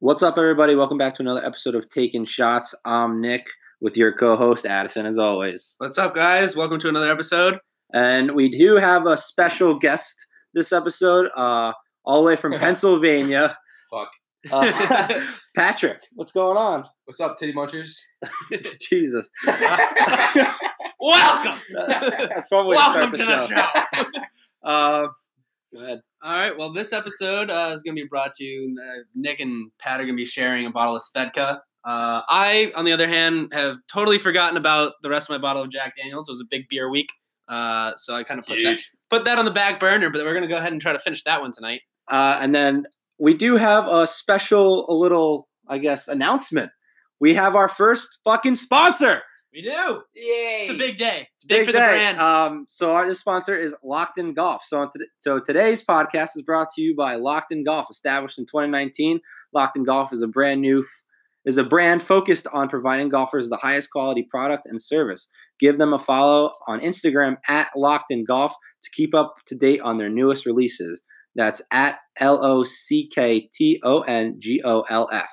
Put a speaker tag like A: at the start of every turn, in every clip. A: What's up, everybody? Welcome back to another episode of Taking Shots. I'm Nick with your co host, Addison, as always.
B: What's up, guys? Welcome to another episode.
A: And we do have a special guest this episode, uh, all the way from Pennsylvania.
C: Fuck.
A: Uh, Patrick, what's going on?
C: What's up, titty munchers?
A: Jesus.
B: Welcome,
A: That's one way
B: welcome to
A: start
B: the show.
A: Uh, go ahead.
B: All right. Well, this episode uh, is going to be brought to you. Uh, Nick and Pat are going to be sharing a bottle of Svedka. Uh, I, on the other hand, have totally forgotten about the rest of my bottle of Jack Daniels. It was a big beer week, uh, so I kind of put that, put that on the back burner. But we're going to go ahead and try to finish that one tonight.
A: Uh, and then we do have a special, a little, I guess, announcement. We have our first fucking sponsor.
B: We do.
C: Yay!
B: It's a big day. It's big, for the
A: day.
B: brand.
C: Uh,
A: Um, so our this sponsor is Locked In Golf. So on today, so today's podcast is brought to you by Locked In Golf, established in 2019. Locked In Golf is a brand new is a brand focused on providing golfers the highest quality product and service. Give them a follow on Instagram at Locked In Golf to keep up to date on their newest releases. That's at L O C K T O N G O L F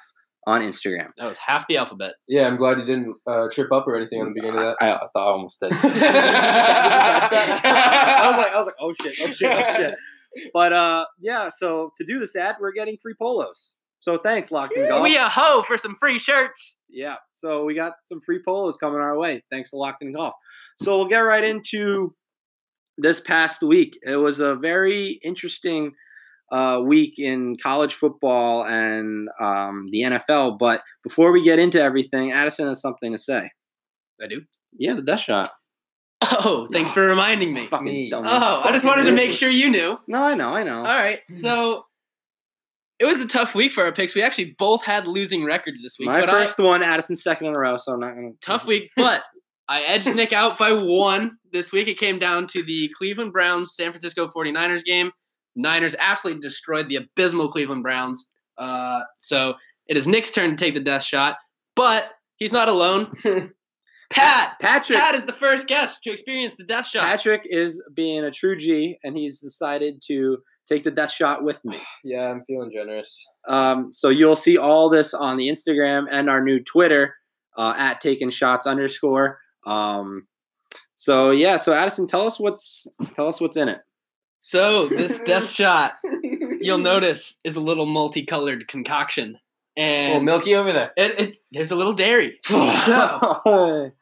A: on Instagram.
B: that was half the alphabet.
C: Yeah, I'm glad you didn't uh, trip up or anything on the beginning of
A: I, I thought I almost did. I was
C: that.
A: like, I was like, oh shit, oh shit, oh shit. But uh, yeah. So to do this ad, we're getting free polos. So thanks, Locked In Golf.
B: We a hoe for some free shirts.
A: yeah. So we got some free polos coming our way. Thanks to Locked In Golf. So we'll get right into this past week. It was a very interesting uh, week in college football and um, the NFL. But before we get into everything, Addison has something to say.
B: I do.
A: Yeah, the death shot.
B: Oh, thanks for reminding me.
A: Fucking
C: me.
A: dumb. Oh.
B: Oh, I just wanted to make sure you knew.
A: no, I know, I know.
B: All right, so it was a tough week for our picks. We actually both had losing records this week.
A: My
B: but I-
A: first one, Addison's second in a row, so I'm not gonna
B: tough week, but I edged Nick out by one this week. It came down to the Cleveland Browns San Francisco 49ers game. Niners absolutely destroyed the abysmal Cleveland Browns. Uh, so it is Nick's turn to take the death shot, but he's not alone. Pat!
A: Patrick.
B: Pat is the first guest to experience the death shot.
A: Patrick is being a true G, and he's decided to take the death shot with me.
C: yeah, I'm feeling generous.
A: Um, so you'll see all this on the Instagram and our new Twitter uh, at Taking Shots underscore. Um, so yeah, so Addison, tell us what's tell us what's in it.
B: So this death shot, you'll notice, is a little multicolored concoction, and
C: oh, Milky over there.
B: it, it, there's a little dairy.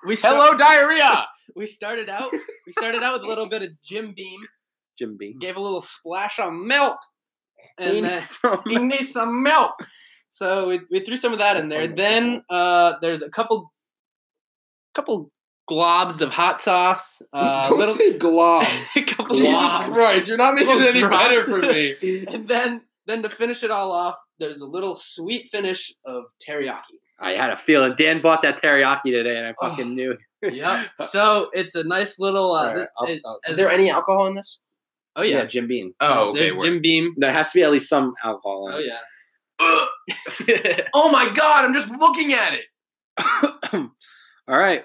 B: we start-
C: Hello, diarrhea.
B: We started out. We started out with a little bit of Jim Beam.
A: Jim Beam.
B: Gave a little splash of milk, and then
A: so
B: you need some milk. So we, we threw some of that in there. Then uh, there's a couple, couple globs of hot sauce. Uh,
C: Don't
B: little,
C: say globs.
B: a couple
C: Jesus
B: globs.
C: Christ, you're not making it any
B: Little
C: better
B: drops.
C: for me.
B: and then then to finish it all off, there's a little sweet finish of teriyaki.
A: I had a feeling Dan bought that teriyaki today, and I
B: Oh,
A: fucking knew. it.
B: Yep. so it's a nice little. Uh,
A: Alright, I'll-
B: it-
A: I'll-
B: as-
C: any alcohol in this?
B: Oh yeah.
A: Jim Beam.
C: Oh,
B: there's Jim Beam.
A: There has to be at least some alcohol. In
B: Oh
A: it.
B: yeah.
C: oh my God, I'm just looking at it.
A: All right,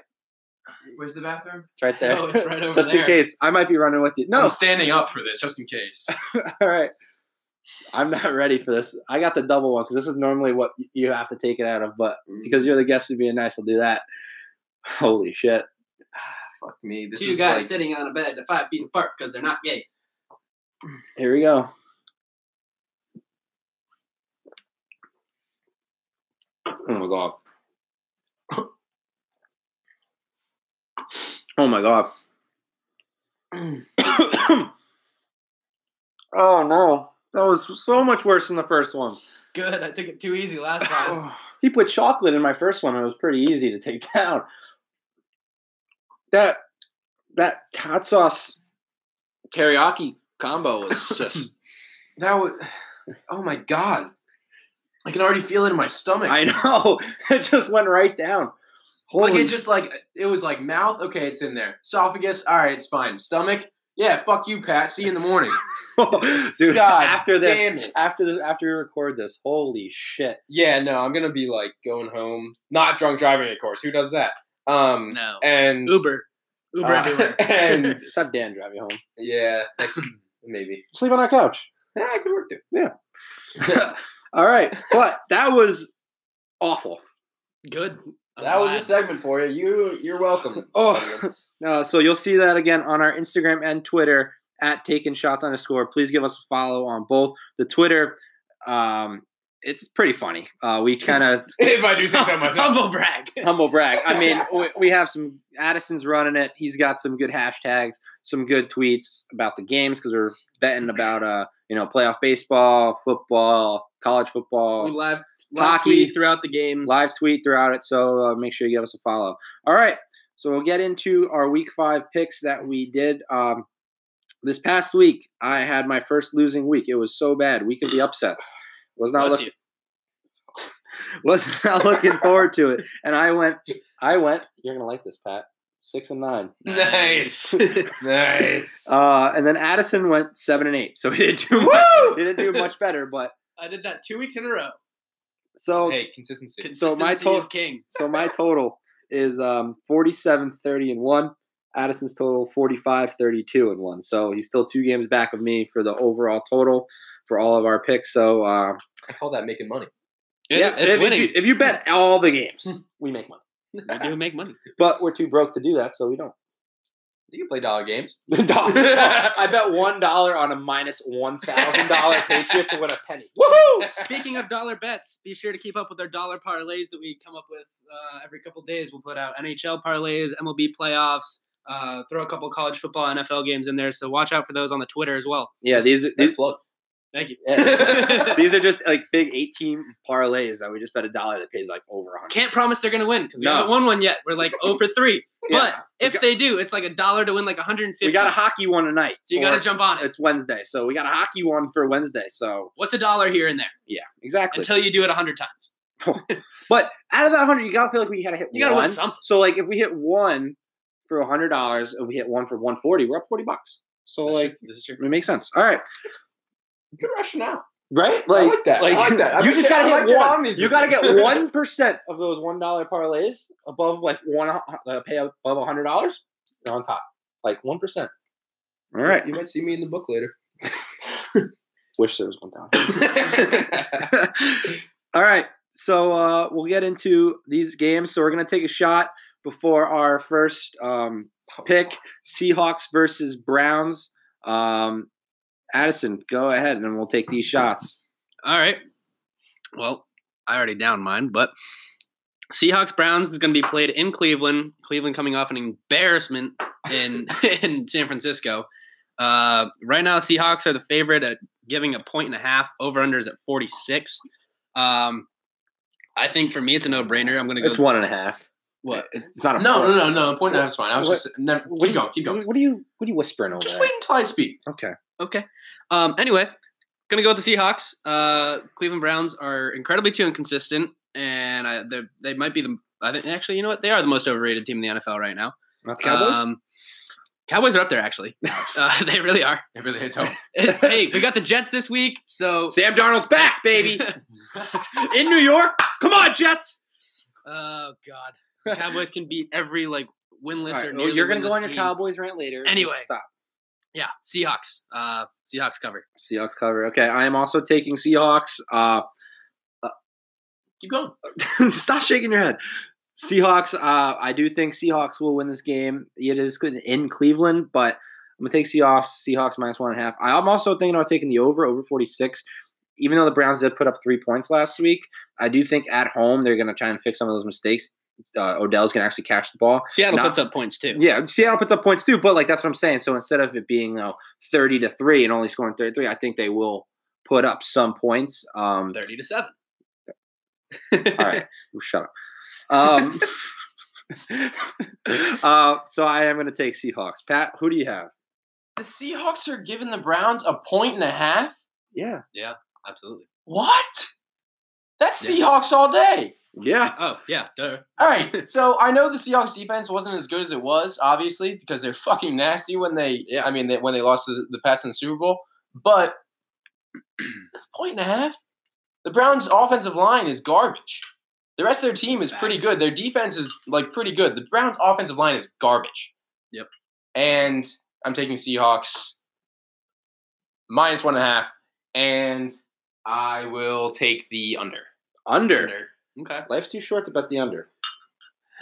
C: Where's the bathroom?
A: it's right there.
B: Oh, it's right over
A: Just in
B: there.
A: case, I might be running with you. No,
C: I'm standing up for this just in case.
A: all right. I'm not ready for this. I got the double one because this is normally what y- you have to take it out of, but
B: Mm.
A: because you're the guest, it'd be nice to do that. Holy shit!
C: Fuck me. This
B: Two
C: is
B: guys
C: like
B: sitting on a bed at five feet apart because they're not gay.
A: Here we go. Oh my god. Oh my god. oh no. That was so much worse than the first one.
B: Good. I took it too easy last time.
A: He put chocolate in my first one, and it was pretty easy to take down. That that hot sauce teriyaki combo was just.
C: that would. Oh my God, I can already feel it in my stomach.
A: I know it just went right down. Holy
C: like it just like it was like mouth. Okay, it's in there. Esophagus. All right, it's fine. Stomach. Yeah, fuck you, Pat. See you in the morning.
A: dude!
C: God
A: after this,
C: damn it.
A: after this, after we record this, holy shit!
C: Yeah, no, I'm gonna be like going home, not drunk driving, of course. Who does that? Um,
B: No.
C: and
B: Uber. Uber
C: uh,
B: everywhere.
C: and
A: Just have Dan drive you home.
C: yeah, maybe.
A: Sleep on our couch. Yeah, I could work it. Yeah. All right, but that was awful.
B: Good. I'm
C: That was a
B: glad.
C: segment for you. You you're welcome.
A: Oh.
C: audience.
A: Uh, so you'll see that again on our Instagram and Twitter at Taken Shots underscore. Please give us a follow on both the Twitter. Um, it's pretty funny. Uh, we kind of
C: if I do say so myself.
B: Humble brag.
A: humble brag. I mean, we, we have some Addison's running it. He's got some good hashtags, some good tweets about the games because we're betting about uh, you know playoff baseball, football, college
B: We
A: football.
B: live, live
A: Hockey.
B: tweet throughout the games.
A: Live tweet throughout it, so uh, make sure you give us a follow. All right, so we'll get into our week five picks that we did um, this past week. I had my first losing week. It was so bad. Week of the upsets. Was not
B: Bless
A: looking. was not looking forward to it. And I went, I went. You're gonna like this, Pat. Six and nine.
B: you.
C: Nice. nice.
A: Uh, and then Addison went seven and eight. So he didn't do much.
B: Woo!
A: He didn't do much better. But
B: I did that two weeks in a row.
A: so
C: hey, consistency.
A: So my
B: Consistency is
A: tot-
B: king.
A: so my total is um 47 30 and one. Addison's total 45 32 and one. So he's still two games back of me for the overall total for all of our picks. So uh,
C: I call that making money.
A: yeah, if, if you, if you bet all the games, we make money.
B: We do make money.
A: But we're too broke to do that, so we don't.
C: You can play dollar games.
A: I bet one dollar on a minus one thousand dollar Patriot to win a penny. Woohoo!
B: Speaking of dollar bets, be sure to keep up with our dollar parlays that we come up with uh, every couple days. We'll put out NHL parlays, MLB playoffs, uh, throw a couple college football, NFL games in there. So watch out for those on the Twitter as well.
A: Yeah, these are
C: Nice
A: these,
C: plug.
B: Thank you.
A: Yeah. these are just like big eighteen parlays that we just bet a dollar that pays like over a hundred.
B: Can't promise they're going to win because we
A: No.
B: haven't won one yet. We're like 0 for 3.
A: Yeah.
B: But if
A: got-
B: they do, it's like a dollar to win like 150.
A: we got a hockey one tonight.
B: so you got to
A: or
B: jump on it.
A: It's Wednesday, so we got a hockey one for Wednesday. So
B: What's a dollar here and there
A: yeah, exactly.
B: until you do it 100 times?
A: but out of that hundred, you gotta feel like we gotta hit.
B: You gotta win
A: one.
B: something.
A: So like, if we hit one for a hundred dollars, and we hit one for one forty, we're up forty bucks. So
B: That's true.
A: like,
B: this is true.
A: it makes sense. All right.
C: Good rationale.
A: Right?
C: I like that. I like that. I
A: you
C: like
A: just gotta
C: that. I
A: hit
C: like that
A: one.
C: on these
A: you gotta
C: ones.
A: get one percent of those one dollar parlays above like one uh, pay above a hundred dollars. You're on top, like one percent. All right.
C: You might see me in the book later.
A: Wish there was one dollar. All right. So uh, we'll get into these games. So we're gonna take a shot before our first um, pick: Seahawks versus Browns. Um, Addison, go ahead, and then we'll take these shots.
B: All right. Well, I already downed mine, but Seahawks Browns is going to be played in Cleveland. Cleveland coming off an embarrassment in in San Francisco. Uh, right now, Seahawks are the favorite at giving a point and a half. Over unders at forty six. Um, I think for me, it's a no brainer. I'm going to go.
A: It's one and a half.
B: What?
A: It's not a
C: no,
A: four.
C: no, no, no. Point nine is fine. I was
A: What-
C: just never,
A: what
C: keep
A: do
C: going, keep going.
A: What, what are you What are you whispering over
C: Just
A: there?
C: wait until I speak.
A: Okay.
B: Okay. Um, anyway, gonna go with the Seahawks. Uh, Cleveland Browns are incredibly too inconsistent, and I, they're- they might be the. I think actually, you know what? They are the most overrated team in the NFL right now.
A: Not the Cowboys.
B: Um, Cowboys are up there actually. uh, they really are.
C: It really hits home.
B: hey, we got the Jets this week, so
A: Sam Darnold's back, baby, in New York. Come on, Jets.
B: oh god, Cowboys can beat every like winless
A: All right,
B: or
A: well,
B: nearly
A: you're gonna go
B: winless
A: on your
B: team.
A: Cowboys rant later.
B: Anyway.
A: Just stop.
B: Yeah, Seahawks. Uh, Seahawks cover.
A: Seahawks cover. Okay, I am also taking Seahawks. Uh,
C: keep going.
A: stop shaking your head. Seahawks. Uh, I do think Seahawks will win this game. It is in Cleveland, but I'm gonna take Seahawks. Seahawks minus one and a half. I'm also thinking about taking the over over 46. Even though the Browns did put up three points last week, I do think at home they're gonna try and fix some of those mistakes. Uh, Odell's gonna actually catch the ball.
B: Seattle
A: Not-
B: puts up points too.
A: Yeah, Seattle puts up points too, but like that's what I'm saying. So instead of it being you know, 30 to three and only scoring 33, I think they will put up some points. Um,
B: Thirty to seven.
A: all right, Ooh, shut up. Um, uh, so I am going to take Seahawks. Pat, who do you have?
C: The Seahawks are giving the Browns a point and a half.
A: Yeah,
B: Absolutely.
C: What? That's
B: Yeah.
C: Seahawks all day.
A: yeah,
B: Oh yeah, duh.
C: All right, so I know the Seahawks defense wasn't as good as it was, obviously, because they're fucking nasty when they. I mean, they, when they lost to the Pats in the Super Bowl, but a point and a half. The Browns' offensive line is garbage. The rest of their team is pretty
B: Facts.
C: good. Their defense is like pretty good. The Browns' offensive line is garbage.
B: Yep.
C: And I'm taking Seahawks minus one and a half. and I will take the under.
A: Under.
B: Under. Okay.
A: Life's too short to bet the under.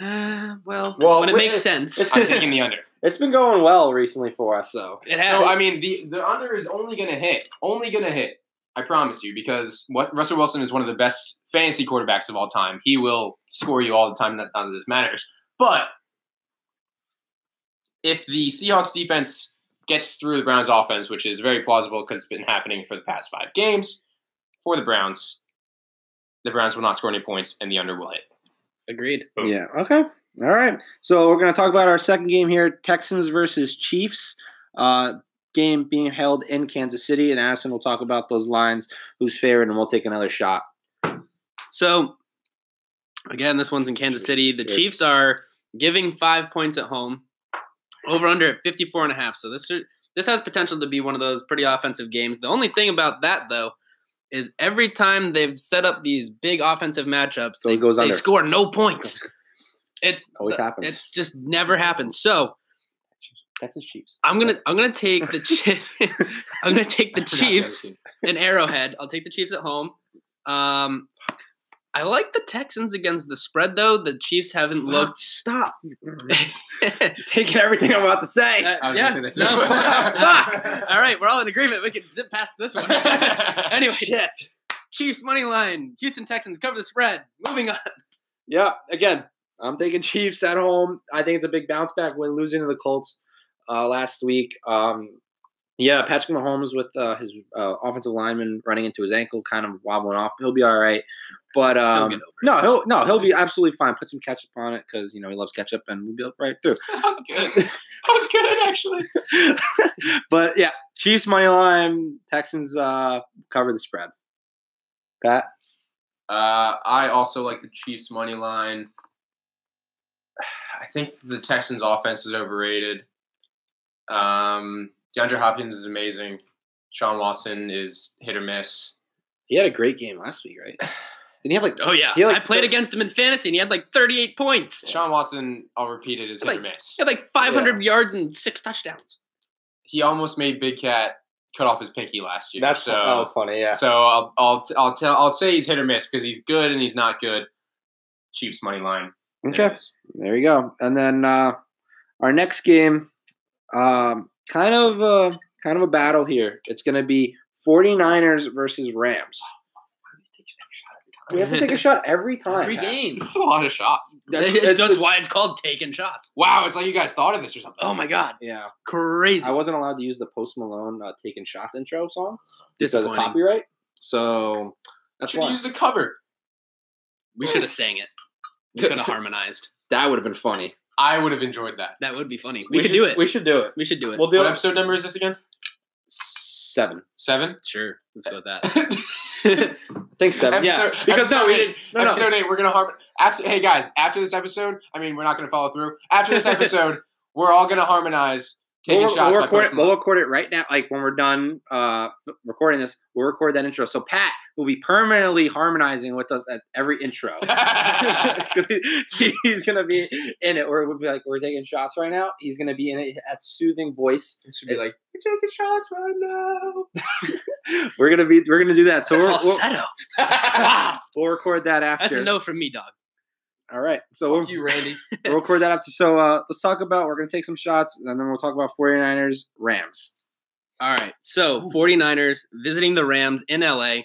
B: Uh, well,
A: Well,
B: when it
A: we-
B: makes
A: it-
B: sense.
A: it's-
C: I'm taking the under.
A: It's been going well recently for us, so
B: It
C: So
B: has.
C: I mean, the the under is only gonna hit, only gonna hit. I promise you, because what Russell Wilson is one of the best fantasy quarterbacks of all time. He will score you all the time. None none of this matters. But if the Seahawks defense gets through the Browns offense, which is very plausible because it's been happening for the past five games for the Browns, the Browns will not score any points, and the under will hit.
B: agreed.
C: Boom.
A: Yeah. Okay. All right. So we're going to talk about our second game here: Texans versus Chiefs. Uh, game being held in Kansas City, and Addison will talk about those lines, who's favored, and we'll take another shot.
B: So, again, this one's in Kansas City. The
A: Yes.
B: Chiefs are giving five points at home, over under at 54 and a half. So, this, are- this has potential to be one of those pretty offensive games. The only thing about that, though, is every time they've set up these big offensive matchups,
A: So
B: they,
A: it goes
B: they
A: under.
B: score no points. It's,
A: Always happens.
B: it just never happens. So,
A: Texans Chiefs.
B: I'm gonna I'm gonna take the chi- I'm gonna take the
C: I forgot the other
B: Chiefs
C: team.
B: and Arrowhead. I'll take the Chiefs at home. Um, I like the Texans against the spread though. The Chiefs haven't
A: Look,
B: looked.
A: stop taking everything I'm about to say.
B: Uh,
C: I was
B: yeah,
C: gonna say that
B: no,
C: too.
B: fuck. All right, we're all in agreement. We can zip past this one. anyway, Chiefs money line. Houston Texans cover the spread. Moving on.
A: Yeah, again, I'm taking Chiefs at home. I think it's a big bounce back when losing to the Colts uh, last week. Um, yeah, Patrick Mahomes with uh, his uh, offensive lineman running into his ankle, kind of wobbling off. He'll be all right, but um,
B: get over
A: no, he'll no, he'll be absolutely fine. Put some ketchup on it because you know he loves ketchup, and we'll be up right through.
C: that was good. That was good actually.
A: but yeah, Chiefs money line, Texans uh, cover the spread. Pat,
C: Uh, I also like the Chiefs money line. I think the Texans offense is overrated. Um, DeAndre Hopkins is amazing. Sean Watson is hit or miss.
A: he had a great game last week, right? Didn't he have like
B: Oh yeah,
A: He, like,
B: I played
A: thir-
B: against him in fantasy, and he had like 38 points. He
C: Sean Watson, I'll repeat it, is hit or miss.
B: had like 500 yards and six touchdowns.
C: He almost made Big Cat cut off his pinky last year.
A: That's
C: so,
A: that was funny. Yeah.
C: so I'll I'll t- I'll tell I'll say he's hit or miss because he's good and he's not good. Chiefs money line. There it
A: Okay.
C: is.
A: There you go. And then uh, our next game, um, kind of uh, kind of a battle here. It's going to be 49ers versus Rams. We have to take a shot every time.
B: Three
A: Pat.
B: games.
C: This is a lot of shots.
A: That's-
B: That's,
A: that's-
B: why it's called taking shots.
C: Wow, it's like you guys thought of this or something.
B: Oh my god,
A: yeah,
B: crazy!
A: I wasn't allowed to use the Post Malone uh, "Taking Shots" intro song because of
B: Disappointing.
A: copyright. So that's
C: Should
A: why
C: use the cover.
B: We should have sang it. We could have harmonized.
A: that would have been funny.
C: I would have enjoyed that.
B: That would be funny. We, could
A: should
B: do it.
A: We
B: We,
A: should do it.
B: should do it.
A: We'll do
C: What
A: it.
C: episode number is this again?
A: Seven.
C: Seven.
B: sure. Let's go with that.
A: I think seven. yeah,
C: Episode-
A: because no, we
C: episode
A: didn't. No, no.
C: episode eight. We're gonna harmon. After hey guys, after this episode, I mean we're not gonna follow through. After this episode, we're all gonna harmonize taking
A: we'll,
C: shots.
A: We'll
C: by
A: record, it,
C: Postman.
A: we'll record it right now. Like when we're done uh, recording this, we'll record that intro. So Pat will be permanently harmonizing with us at every intro because he's gonna be in it. Or it would be like we're taking shots right now. He's gonna be in it at soothing voice.
C: This would be like
A: We're taking shots right now. we're gonna be. We're gonna do that. So we're, we'll,
B: Falsetto.
C: fuck
B: Wow,
A: we'll record that after.
B: that's a no from me, dog.
A: All right. So we'll,
C: you, Randy.
A: we'll record that up. So uh, let's talk about. We're gonna take some shots, and then we'll talk about 49ers Rams.
B: All right. So 49ers visiting the Rams in LA.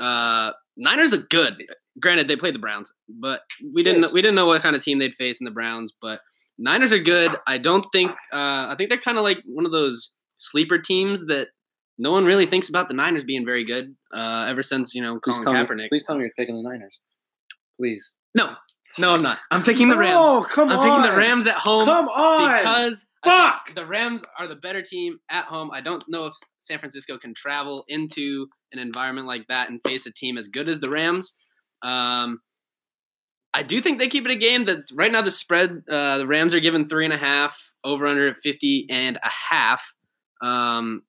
B: Uh Niners look good. Granted, they played the Browns, but we
A: Yes.
B: didn't we didn't know what kind of team they'd face in the Browns, but Niners are good. I don't think uh I think they're kind of like one of those sleeper teams that no one really thinks about the Niners being very good uh, ever since, you know,
A: Please
B: Colin
A: tell, me,
B: Kaepernick.
A: please tell me you're picking the Niners. Please.
B: No. No, I'm not. I'm picking the Rams.
A: Oh, come
B: I'm
A: on.
B: picking the Rams at home
A: Come on.
B: because I
A: Fuck!
B: think the Rams are the better team at home. I don't know if San Francisco can travel into an environment like that and face a team as good as the Rams. Um, I do think they keep it a game that right now the spread uh, the Rams are given three and a half over under at 50 and a half. Um,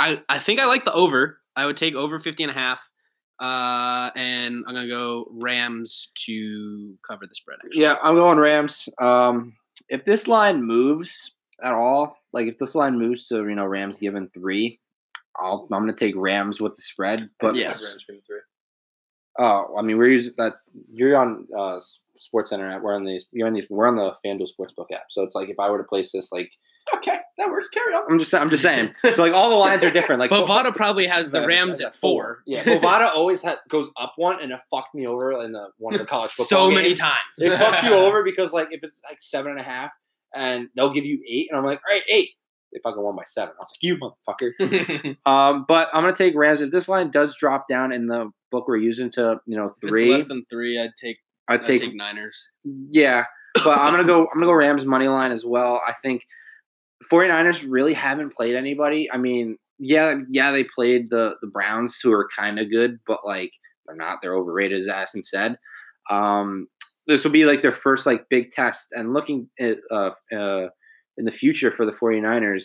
B: I I think I like the over. I would take over 50 and a half. Uh, and I'm gonna go Rams to cover the spread. Actually.
A: yeah, I'm going Rams. Um, if this line moves at all, like if this line moves to you know Rams given three, I'll, I'm going to take Rams with the spread, but
B: Yeah.
C: Yes.
B: Yes.
A: Oh, I mean, we're using that. You're on uh, Sports Center app. We're on these. You're on these. We're on the FanDuel Sportsbook app. So it's like if I were to place this, like
C: Okay, that works. Carry on.
A: I'm just, I'm just saying. So like all the lines are different. Like
B: Bovada probably has the
A: Bovada
B: Rams
A: has
B: at four.
A: Yeah, Bovada always ha- goes up one, and it fucked me over in the one of the college football.
B: so many
A: games.
B: times.
A: It fucks you over because like if it's like seven and a half, and they'll give you eight, and I'm like, all right, eight. They fucking won by seven. I was like, you motherfucker. Um, but I'm gonna take Rams. If this line does drop down in the book we're using to, you know,
B: If it's
A: three,
B: less than three, I'd take,
A: I
B: I'd take,
A: take
B: Niners.
A: yeah, but I'm gonna go. I'm gonna go Rams money line as well. I think 49ers really haven't played anybody. I mean, yeah, yeah, they played the the Browns, who are kind of good, but like they're not. They're overrated, as Aston said. Um, this will be like their first like big test, and looking at, uh, uh, in the future for the 49ers,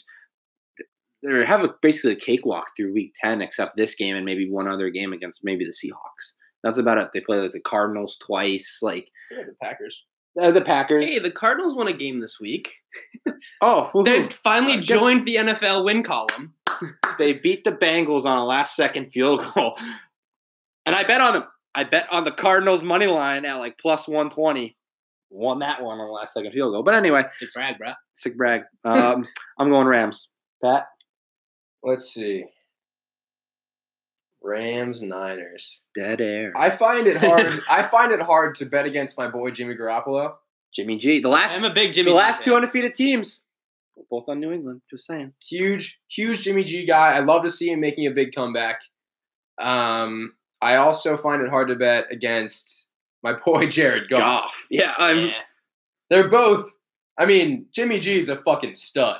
A: they have a, basically a cakewalk through Week 10, except this game and maybe one other game against maybe the Seahawks. That's about it. They play like the Cardinals twice, like
C: Yeah, the Packers.
A: uh, the Packers.
B: Hey, the Cardinals won a game this week.
A: oh, woo-hoo.
B: They've finally
A: Uh, guess-
B: joined the NFL win column.
A: they beat the Bengals on a last second field goal. And I bet on them. I bet on the Cardinals money line at like plus 120. Won that one on the last second field goal. But anyway,
B: It's a brag, bro.
A: sick brag. Um, I'm going Rams. Pat?
C: Let's see. Rams, Niners.
A: Dead air.
C: I find it hard. I find it hard to bet against my boy Jimmy Garoppolo.
A: Jimmy G. The last
B: I'm a big Jimmy.
A: the
B: G
A: last
B: fan.
A: two undefeated teams. Both on New England. Just saying.
C: Huge, huge Jimmy G guy. I love to see him making a big comeback. Um, I also find it hard to bet against my boy Jared Goff.
A: Goff. Yeah, I'm.
B: Yeah.
C: They're both. I mean, Jimmy G is a fucking stud.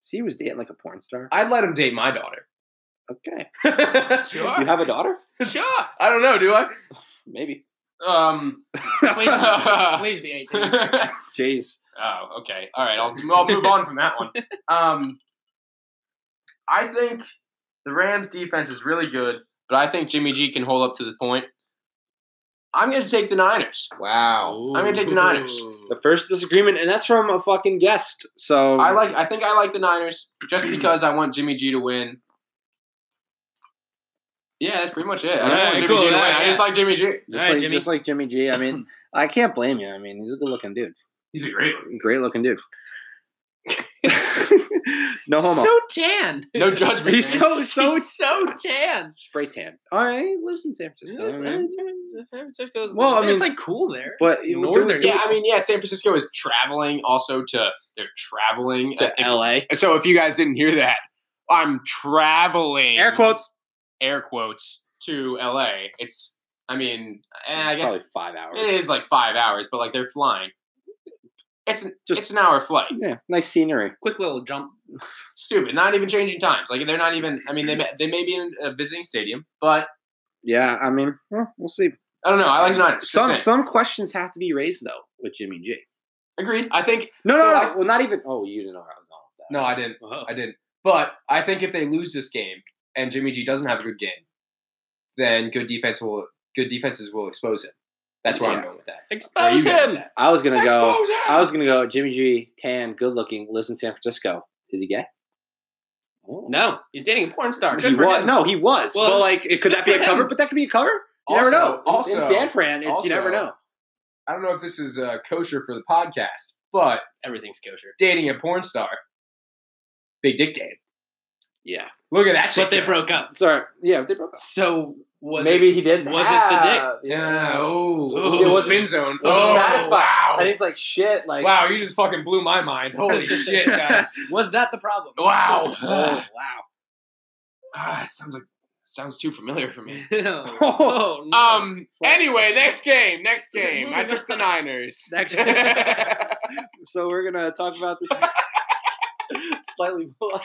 A: See, he was dating like a porn star.
C: I'd let him date my daughter.
A: Okay.
C: sure.
A: You have a daughter?
C: Sure. I don't know. Do I?
A: Maybe.
C: Um.
B: Please, please be 18.
A: Jeez.
C: Oh, okay. All right. I'll, I'll move on from that one. Um, I think the Rams defense is really good, but I think Jimmy G can hold up to the point. I'm going to take the Niners.
A: Wow.
C: I'm gonna take the Niners.
A: The first disagreement, and that's from a fucking guest. So
C: I like. I think I like the Niners just because I want Jimmy G to win. Yeah, that's pretty much it. I just
B: Alright,
C: want Jimmy
B: cool,
C: G to win.
B: alright,
C: I just like Jimmy G.
A: just,
B: All right,
A: like,
B: Jimmy.
A: just like Jimmy G. I mean, I can't blame you. I mean, he's a good looking dude.
C: He's a great one.
A: Great looking dude. no homo.
B: So tan.
C: No judgment.
A: He's
C: man.
A: so- so-
B: He's so tan.
A: Spray tan. All right, he lives in San Francisco. I mean.
B: Well, I mean, it's like cool there.
A: But
B: Northern.
C: yeah, I mean, yeah. San Francisco is traveling also to. They're traveling
A: to
C: If-
A: LA.
C: So if you guys didn't hear that, I'm traveling
A: Air quotes.
C: air quotes to LA. It's I mean, eh, I guess
A: probably five hours.
C: it is like five hours, but like they're flying. It's an,
A: Just-
C: it's an hour flight.
A: Yeah, nice scenery.
B: Quick little jump.
C: Stupid. Not even changing times. Like they're not even. I mean, they may, they may be in a visiting stadium, but
A: Yeah, I mean, well, we'll see.
C: I don't know. I like the Niners. Just
A: Some
C: saying.
A: some questions have to be raised though with Jimmy G.
C: Agreed. I think.
A: No,
C: So,
A: no, no.
C: like-
A: well, not even. Oh, you didn't know how I was
C: No, I didn't.
B: Whoa.
C: I didn't. But I think if they lose this game and Jimmy G doesn't have a good game, then good defense will good defenses will expose him. That's where
A: Yeah.
C: I'm going with that.
B: Expose
C: Where you going
B: him.
C: with that?
A: I was gonna go.
C: Expose him!
A: I was gonna go. Jimmy G, tan, good looking, lives in San Francisco. Is he gay? Oh.
B: No, he's dating a porn star.
A: he
B: Good for
A: was.
B: him.
A: No, he was.
B: Well,
A: Well, like, it- could that be
B: good
A: a
B: for him.
A: cover? But that could be a cover. You never know.
C: Also,
A: in San Fran, it's,
C: also-
A: you never know.
C: I don't know if this is uh, kosher for the podcast, but
B: Everything's kosher.
C: dating a porn star, big dick game.
A: Yeah.
C: Look at that.
B: That's
C: shit
B: what they
C: go.
B: broke up.
A: Sorry. Yeah, they broke up.
B: So was
A: Maybe
B: it-
A: he did.
B: was it the dick?
C: Yeah.
B: Ooh.
C: Oh,
B: It wasn't-
C: spin zone.
A: wasn't
C: oh,
A: satisfied.
C: Wow.
A: And he's like, shit. Like,
C: wow, you just fucking blew my mind. Holy shit, guys.
B: was that the problem?
C: Wow.
A: Oh, wow.
C: Ah, it sounds like sounds too familiar for me.
B: oh, no.
C: Um.
A: Sorry.
C: Anyway, next game. Next game. I
B: Moving
C: took the
B: on.
C: Niners.
A: Next So we're gonna talk about this slightly more.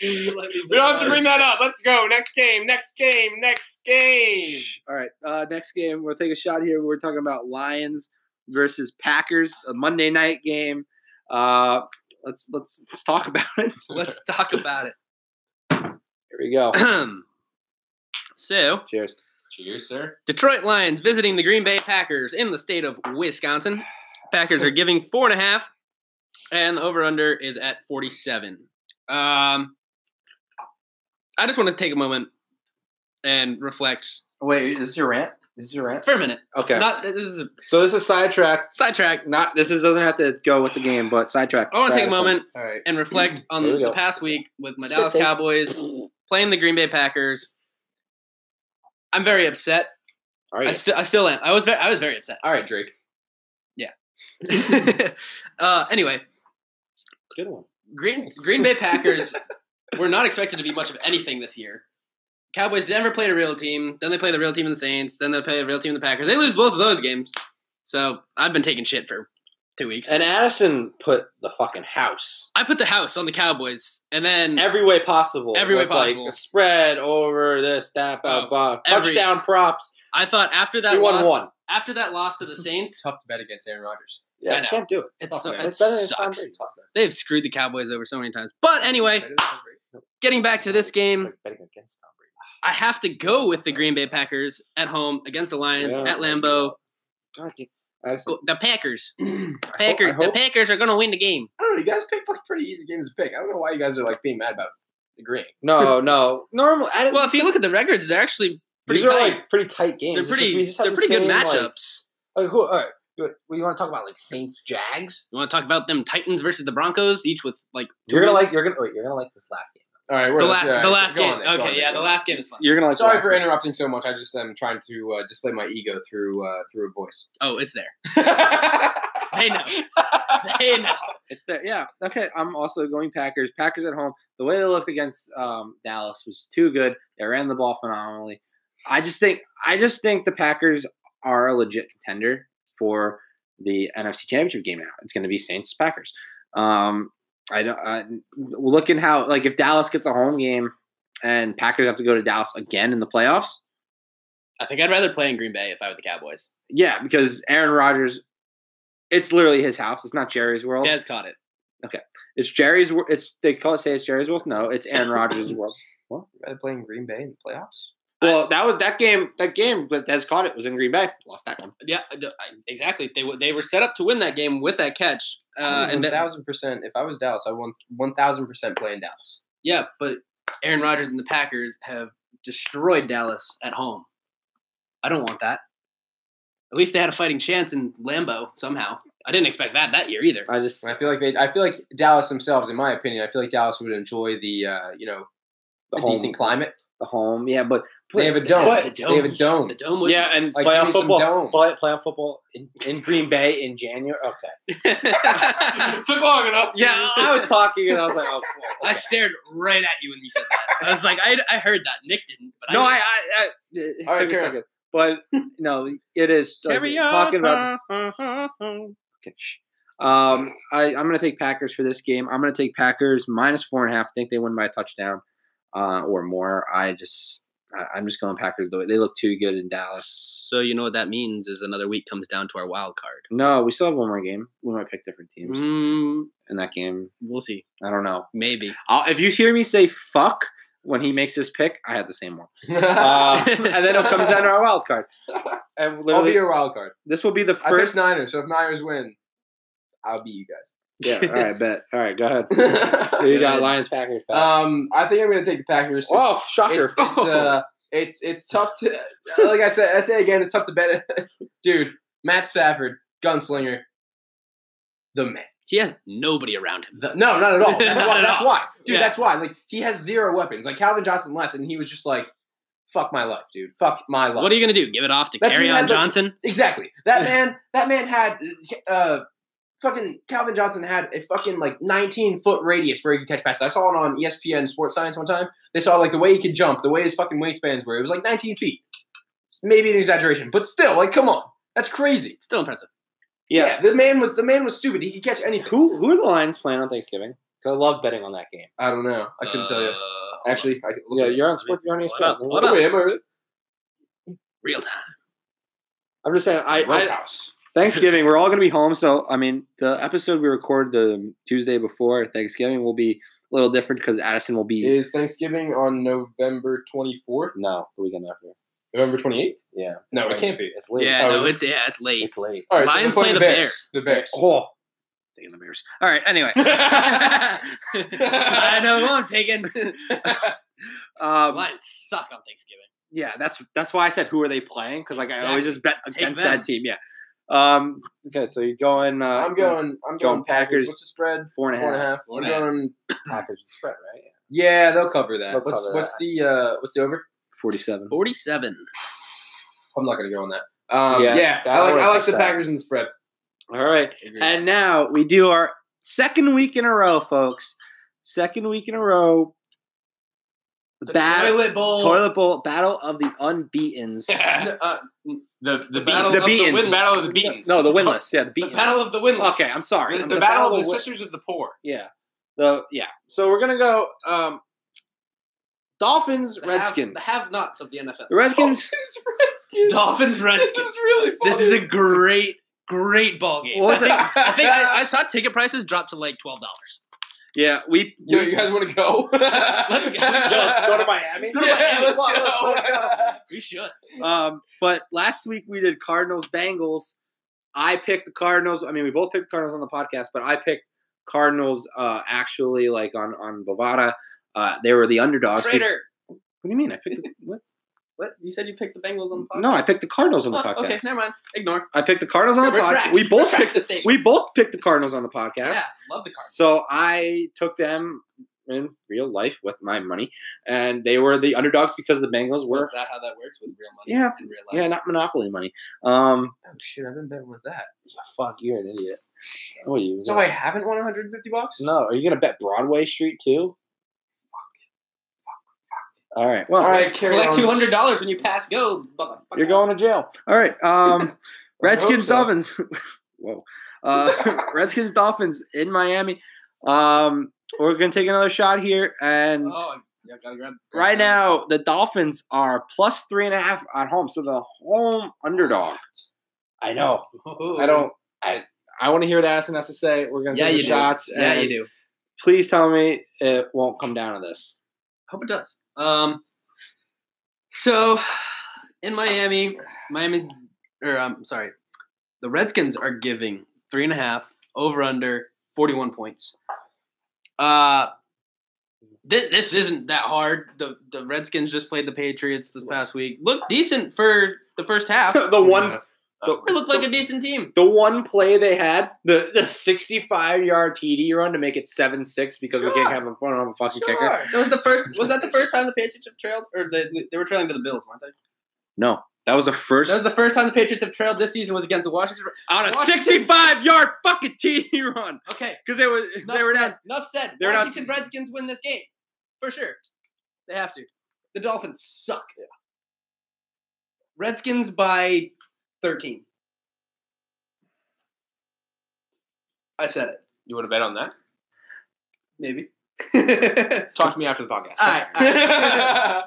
C: we don't have to bring that up. Let's go. Next game. Next game. Next game.
A: All right. Uh, next game, we'll take a shot here. We're talking about Lions versus Packers, a Monday night game. Uh, let's let's let's talk about it.
B: Let's talk about
A: Here we go.
B: it. so,
A: Cheers.
C: Cheers, sir.
B: Detroit Lions visiting the Green Bay Packers in the state of Wisconsin. Packers are giving four and a half, and the over under is at 47. Um, I just want to take a moment and reflect
A: Wait, is this your rant? Is this your rant?
B: for a minute.
A: Okay.
B: Not this is a
A: so this is sidetrack.
B: sidetrack.
A: Not this is doesn't have to go with the game, but sidetrack.
B: I want to take a
A: Madison.
B: moment
C: All right.
B: and reflect on
A: Mm, There we
B: the
A: go.
B: past week with my
A: Spit
B: Dallas
A: take.
B: Cowboys playing the Green Bay Packers. I'm very upset.
A: All
B: I
A: right.
B: still I still am. I was very I was very upset.
C: All right, Drake.
B: uh, anyway,
A: Good one.
B: Green Green Bay Packers were not expected to be much of anything this year. Cowboys never played a real team. Then they play the real team in the Saints. Then they play the real team in the Packers. They lose both of those games. So I've been taking shit for two weeks.
A: And Addison put the fucking house
B: I put the house on the Cowboys, and then
A: Mm. every way possible.
B: Every way
A: with, like,
B: possible.
A: a spread over this, that, blah,
B: Oh,
A: blah.
B: every-
A: Touchdown props.
B: I thought after that
A: We won
B: loss,
A: one.
B: after that loss to the Saints,
C: Tough to bet against Aaron Rodgers.
B: I
A: Yeah,
B: know.
A: can't do it.
B: it's so,
C: Tough,
B: it
A: It's better than Tom
B: sucks.
A: Brady. Tough, man.
B: They've screwed the Cowboys over so many times. But anyway,
C: Better than Tom Brady.
B: getting back to this
A: It's
B: game,
A: like betting against Tom Brady.
B: I have to go with the Green Bay Packers at home against the Lions
A: Yeah.
B: at Lambeau.
A: God damn. Addison,
B: Go- The Packers.
C: I
A: I hope- I
B: Packers. The
A: hope-
B: Packers are going to win the game.
C: don't know. You guys picked like pretty easy games to pick. I don't know why you guys are like being mad about agreeing.
A: No, no. Normal. I didn't-
B: Well, if you look at the records, they're actually pretty
A: these are
B: tight.
A: like pretty tight games.
B: they're
A: It's just
B: pretty.
A: we just have
B: they're
A: the
B: pretty good
A: same, like-
B: matchups.
A: Like, who, all right, good. Well, you want to talk about like Saints Jags?
B: you want to talk about them Titans versus the Broncos, each with like
A: You're gonna like. You're gonna. Wait, you're gonna like this last game.
C: All right, we're
B: the last
C: all right,
B: the last
C: go
B: game.
C: on then, go on
B: okay,
C: then,
B: yeah,
C: go
B: the
C: on.
B: last game is fun.
A: You're gonna like.
C: Sorry for interrupting so much. I just am trying to uh, display my ego through uh, through a voice.
B: Oh, it's there. They know. they know.
A: It's there. Yeah. Okay. I'm also going Packers. Packers at home. The way they looked against um, Dallas was too good. They ran the ball phenomenally. I just think. I just think the Packers are a legit contender for the NFC Championship game now. It's going to be Saints Packers. Um, I don't. I, looking how like if Dallas gets a home game and Packers have to go to Dallas again in the playoffs.
B: I think I'd rather play in Green Bay if I were the Cowboys.
A: Yeah, because Aaron Rodgers, it's literally his house. It's not Jerry's world.
B: Dez caught it.
A: It's Jerry's. wor- It's they call it say it's Jerry's world. No, it's Aaron Rodgers' world.
C: Rather playing Green Bay in the playoffs.
A: Well, that was that game. That game that has caught it was in Green Bay. Lost that one.
B: Yeah, I d- I- exactly. They w- they were set up to win that game with that catch. Uh, and
C: and
B: that,
C: thousand percent. If I Oh, was Dallas, I won one thousand percent playing Dallas.
B: yeah, but Aaron Rodgers and the Packers have destroyed Dallas at home. I don't want that. At least they had a fighting chance in Lambeau somehow. I didn't expect that that year either.
A: I just
C: And I feel like they. I feel like Dallas themselves, in my opinion, I feel like Dallas would enjoy the uh, you know
A: the
C: a
A: home,
C: decent climate.
A: the home. Yeah, but
C: They have a dome.
A: But-
B: The
C: They have a dome.
B: The dome. Would
A: yeah, and
C: Like, give
A: playoff
C: me some
A: football.
C: dome.
A: Play, playoff football in, in Green Bay in January. Okay.
B: took long enough.
A: Yeah, I was talking and I was like, oh,
B: I stared right at you when you said that. I was like, I, I heard that. Nick didn't, but
A: no, I. I,
B: I.
A: I it
C: All right,
A: took a
C: Karen.
A: second, but no, it is like, talking about. Okay. shh. Um, I, I'm going to take Packers for this game. I'm going to take Packers minus four and a half. I think they win by a touchdown uh, or more. I just, I, I'm just going Packers. The way they look too good in Dallas.
B: So you know what that means is another week comes down to our wild card.
A: No, we still have one more game. We might pick different teams
C: Mm-hmm.
B: Mm,
A: in that game.
B: we'll see.
A: I don't know.
B: Maybe.
A: I'll, if you hear me say "fuck" when he makes his pick, I had the same one. Uh, and then it comes down to our wild card. And
C: I'll be
A: literally,
C: your wild card.
A: this will be the
C: I picked
A: first.
C: Niners, so if Niners win, I'll beat you
A: Yeah. All right. Bet. All right. Go ahead. Who
C: guys.
A: you got? Lions. Packers. Packers.
C: um, I think I'm gonna take the Packers.
A: oh, shocker!
C: Uh, It's, it's, uh, it's it's tough to like I said I say again it's tough to bet dude Matt Stafford gunslinger the man
B: He has nobody around him.
C: The- no not at all that's
B: Not
C: why,
B: at
C: that's
B: all.
C: why. dude
B: Yeah.
C: that's why like he has zero weapons like Calvin Johnson left and he was just like fuck my life dude fuck my life
B: What are you gonna do? Give it off to
C: That dude
B: Carry on
C: had the-
B: Johnson?
C: exactly that man that man had uh fucking Calvin Johnson had a fucking like 19 foot radius where he could catch passes I saw it on E ESPN Sports Science one time they saw like the way he could jump the way his fucking wingspans were it was like 19 feet maybe an exaggeration, but still, like, come on, that's crazy.
B: Still impressive.
A: yeah.
C: the man was the man was stupid. He could catch anything.
A: Who who are the Lions playing on Thanksgiving? 'Cause I love betting on that game.
C: I don't know. I couldn't tell you. Actually, I look
A: Yeah,
C: at-
A: you're on E sport. You're on
B: What
A: ESPN.
B: up? Uh, What
A: Wait,
B: up?
A: wait, am I really-
B: real time.
A: I'm just saying. I, I
C: Roadhouse.
A: Thanksgiving. We're all gonna be home, so I mean, the episode we record the Tuesday before Thanksgiving will be a little different because Addison will be
C: Is Thanksgiving on November 24th?
A: no the weekend after.
C: November 28th?
A: Yeah.
C: No,
A: It's
C: it can't be.
A: It's late.
B: Yeah,
C: Oh,
B: no,
C: is it?
B: it's yeah, it's late.
A: It's late.
C: All right,
B: Lions
C: so they're
B: play
C: playing
B: the Bears.
C: The Bears.
A: Oh, taking the Bears. All right. Anyway. I know who I'm taking.
B: The
A: Um,
B: Lions suck on Thanksgiving.
A: yeah, that's that's why I said who are they playing because like I always
B: Exactly.
A: just bet
B: Take
A: against
B: them.
A: that team. Yeah. Um, okay, so you're going. Uh,
C: I'm going. I'm
A: John
C: going Packers.
A: Packers.
C: What's the spread?
A: four and a half.
C: Four
B: Four and
C: and a half. I'm
B: a half.
C: going.
D: Packers spread, right?
C: Yeah, they'll cover that.
D: They'll
C: what's
D: cover
C: what's the uh, what's the over?
A: Forty-seven.
B: Forty-seven.
C: I'm not gonna go on that. Um,
A: Yeah.
C: yeah, I like I like the
D: 100%.
C: Packers in the spread.
A: All right, and now we do our second week in a row, folks. Second week in a row. The, battle
B: toilet bowl.
A: toilet bowl battle of the unbeaten's.
C: No, uh, the the,
B: battle
A: The
B: of the
A: Beatons.
B: win-
C: battle of the beatings.
A: No, the winless. Yeah, the
B: The
A: beatens.
B: battle of the winless.
A: okay, I'm sorry.
C: the,
A: I'm
C: the
A: the
C: battle of the
A: wi-
C: sisters of the poor.
A: Yeah. The yeah. So we're gonna go um Dolphins,
B: The have-
A: Redskins.
B: the have-nots of the NFL.
A: the Redskins.
C: Redskins.
B: Dolphins,
C: This
B: Redskins.
C: is really funny.
B: This is a great, great ball game.
A: What was
B: I think,
A: it?
B: I, think I, I saw ticket prices drop to like twelve dollars.
A: Yeah, we,
C: Yo, you guys want to go? let's
B: go. Let's
A: go to Miami.
B: go to Miami.
C: let's,
B: Come on,
C: go.
B: let's go. We should.
A: Um, but last week we did Cardinals Bengals. I picked the Cardinals. I mean, we both picked Cardinals on the podcast, but I picked Cardinals uh, actually like on on Bovada. Uh, they were the underdogs. Be-
B: Traitor.
A: What do you mean? I picked the, what?
B: What you said? You picked the Bengals on the podcast.
A: No, I picked the Cardinals on the
B: Oh,
A: podcast.
B: okay, never mind. Ignore.
A: I picked the Cardinals on the podcast.
B: Retract.
A: We both
B: Retract
A: picked
B: the statement.
A: we both picked the Cardinals on the podcast.
B: yeah, love the Cardinals.
A: So I took them in real life with my money, and they were the underdogs because the Bengals
B: Is
A: were
B: that how that works with real money?
A: Yeah.
B: In real life.
A: yeah, not monopoly money. Um,
C: Oh, shit, I've been betting with that.
A: fuck, you're an idiot. What are you?
C: So I haven't won 150 bucks.
A: no, are you gonna bet Broadway Street too? All right. Well,
C: All right, carry
B: Collect
C: on.
B: two hundred dollars when you pass go. motherfucker.
A: you're going to jail. All right. Um,
C: I hope
A: Redskins
C: so.
A: Dolphins. Whoa. Uh, Redskins Dolphins in Miami. Um, we're gonna take another shot here, and
B: Oh, I- yeah, gotta grab. grab
A: Right
B: that.
A: now, the Dolphins are plus three and a half at home, so the home underdog. I know.
B: Oh.
A: I don't. I I want to hear what Asin has to say. We're gonna
B: Yeah,
A: take
B: you
A: the
B: do.
A: shots.
B: Yeah,
A: and
B: you do.
A: Please tell me it won't come down to this.
B: Hope it does. Um, so in Miami, Miami's or I'm sorry, the Redskins are giving three and a half over under forty one points. Uh, this this isn't that hard. The the Redskins just played the Patriots this past week. Looked decent for the Oh, first half.
A: the
B: They
A: one, the,
B: looked like a decent team.
A: the one play they had, the the sixty-five yard TD run to make it seven six because we can't
B: Sure.
A: have a front on a fucking kicker.
C: Sure.
B: That was the first. Was that the first time the Patriots have trailed, or the, they were trailing to the Bills, weren't they?
A: No, that was the first
B: That was the first time the Patriots have trailed this season was against the Washington.
A: on a
B: Washington-
A: sixty-five yard fucking TD run
B: Okay,
A: because they were
B: enough
A: they were
B: said.
A: down.
B: Enough said.
A: they were not-
B: Washington Redskins win this game for sure. They have to. The Dolphins suck. Redskins by thirteen. I said it.
C: You want to bet on that?
B: Maybe.
C: Talk to me after the podcast.
B: All right, all right.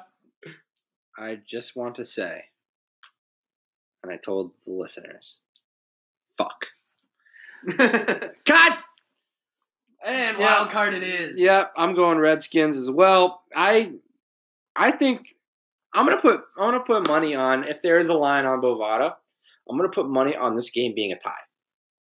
A: I just want to say, and I told the listeners, fuck. God! Yeah.
B: and wild card it is.
A: Yep, I'm going Redskins as well. I I think I'm gonna put I'm gonna put money on if there is a line on Bovada, I'm gonna put money on this game being a tie.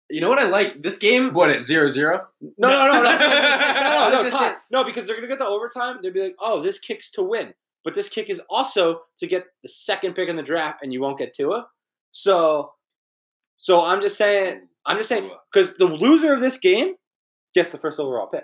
B: You know what I like? This game
C: What at zero zero?
A: No, no, no, no, no,
B: I
A: no,
B: was
A: no,
B: gonna
A: tie.
B: say-
A: no, because they're gonna get the overtime. They'll be like, oh, this kick's to win, but this kick is also to get the second pick in the draft, and you won't get Tua. So, so I'm just saying, I'm just saying, because the loser of this game gets the first overall pick.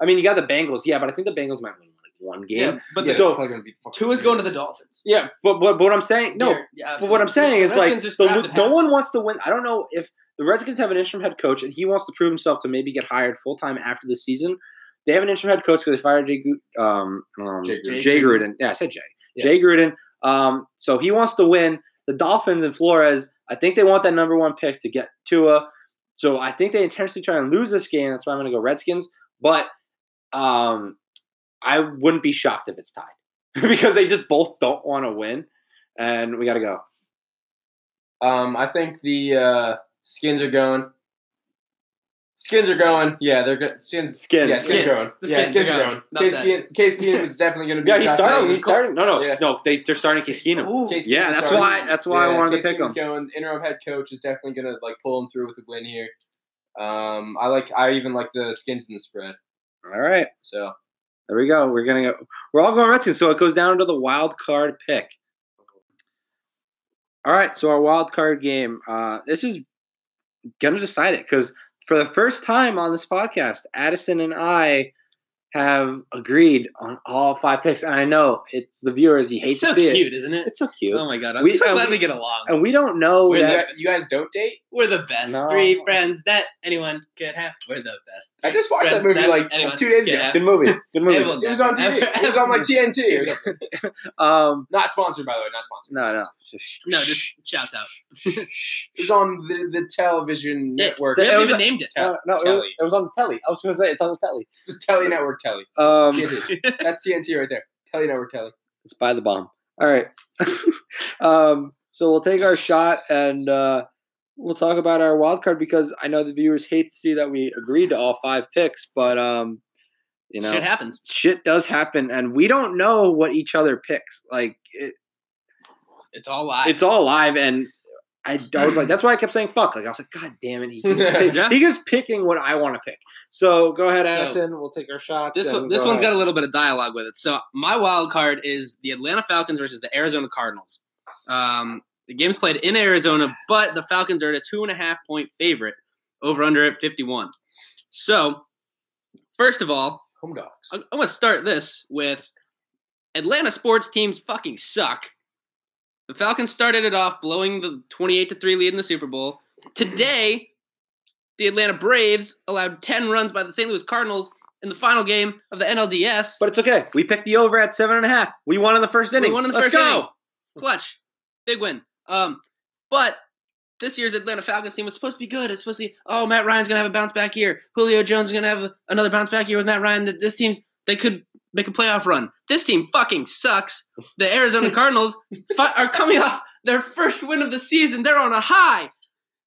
A: I mean, you got the Bengals, yeah, but I think the Bengals might win like one game. Yeah,
B: but
A: Yeah.
B: the
A: so-
C: probably gonna be fucking
B: two is going to the Dolphins.
A: but, but but what I'm saying, no,
B: They're- yeah,
A: but what I'm saying
B: absolutely.
A: is like
B: Redskins just
A: the,
B: drafted
A: no
B: Haskins.
A: one wants to win. I don't know if the Redskins have an interim head coach and he wants to prove himself to maybe get hired full time after the season. They have an interim head coach because they fired Jay, Gu- um, um,
C: Jay
A: Jay,
C: Gruden.
A: Gruden. Yeah, I said Jay.
C: Yeah.
A: Jay Gruden. Um, so he wants to win. The Dolphins and Flores, I think they want that number one pick to get Tua. So I think they intentionally try and lose this game. That's why I'm going to go Redskins. But um, I wouldn't be shocked if it's tied because they just both don't want to win. And we got to go.
C: Um, I think the uh, skins are going. Skins are going. Yeah, they're good. Skins.
A: Skins.
C: Yeah, skins, are
B: Skins.
C: going.
B: The
C: yeah,
B: skins
C: skins
B: are
C: are
B: going.
C: going.
B: Enough
C: Case
B: said.
C: Keenum- Case Keenum is definitely going to be.
A: Yeah,
C: the
A: he
C: top
A: started.
C: guy.
A: He started. No, no,
C: Yeah.
A: no. They they're starting Keenum.
B: Ooh.
C: Case
A: Yeah,
C: Keenum's
A: that's
C: starting.
A: why. That's why I
C: Yeah,
A: wanted to
C: Case
A: pick
C: Keenum's
A: him.
C: Going. The Interim head coach is definitely going to like pull him through with a win here. Um, I like. I even like the skins in the spread.
A: All right.
C: So
A: There we go. We're gonna go. We're all going Redskins, so it goes down to the wild card pick. All right, so our wild card game. Uh, this is gonna decide it because for the first time on this podcast, Addison and I have agreed on all five picks, and I know it's the viewers. You hate
B: It's
A: to
B: so
A: see
B: cute, isn't
A: it.
B: it?
A: It's so cute,
B: Oh my god, I'm
A: We-
B: so
A: and
B: glad
A: we-
B: we get along.
A: and we don't know
C: Wait, you
A: that.
C: guys- you guys don't date?
B: We're the best
A: No.
B: three friends that anyone could have. We're the best.
C: I just watched
B: Friends
C: that movie
B: that
C: like
B: anyone
C: two days
B: could
C: ago.
B: have.
A: Good movie. Good
B: They
A: movie.
B: will
C: It was on
B: never,
C: TV. It was on like TNT. Or something.
A: Um,
C: Not sponsored, by the way. Not sponsored.
A: no, no.
B: No, just shouts out.
C: It was on the, the television
B: Yeah,
C: network.
B: We
A: It
B: haven't
A: was-
B: even named it.
A: no, no, it was,
C: Telly.
A: it was on the telly. I was going to say it's on the telly.
C: It's the Telly Network Telly.
A: Um,
C: Get it. That's TNT right there. Telly Network Telly.
A: It's by the bomb. All right. um, so we'll take our shot and uh, we'll talk about our wild card because I know the viewers hate to see that we agreed to all five picks, but um, you know,
B: Shit
A: shit,
B: happens.
A: does happen, and we don't know what each other picks. Like it,
B: It's all live.
A: it's all live, and I, I was like, that's why I kept saying fuck. Like I was like, God damn it, he keeps, pick-
B: Yeah.
A: he keeps picking what I want to pick. So go ahead,
B: So-
A: Addison. We'll take our shots.
B: this one, this one's got a little bit of dialogue with it. So my wild card is the Atlanta Falcons versus the Arizona Cardinals. Um, the game's played in Arizona, but the Falcons are at a two and a half point favorite over under at fifty one. So first of all,
C: Home dogs.
B: I, I want to start this with Atlanta sports teams fucking suck. The Falcons started it off blowing the 28 to 3 lead in the Super Bowl. Today, the Atlanta Braves allowed 10 runs by the St. Louis Cardinals in the final game of the NLDS.
A: But it's okay. We picked the over at seven and a half. We won in the first inning.
B: We won in the
A: Let's
B: first
A: go.
B: inning. Clutch. Big win. Um, but this year's Atlanta Falcons team was supposed to be good. It's supposed to be, oh, Matt Ryan's going to have a bounce back year. Julio Jones is going to have another bounce back year with Matt Ryan. This team's, they could make a playoff run. This team fucking sucks. The Arizona Cardinals fi- are coming off their first win of the season. They're on a high.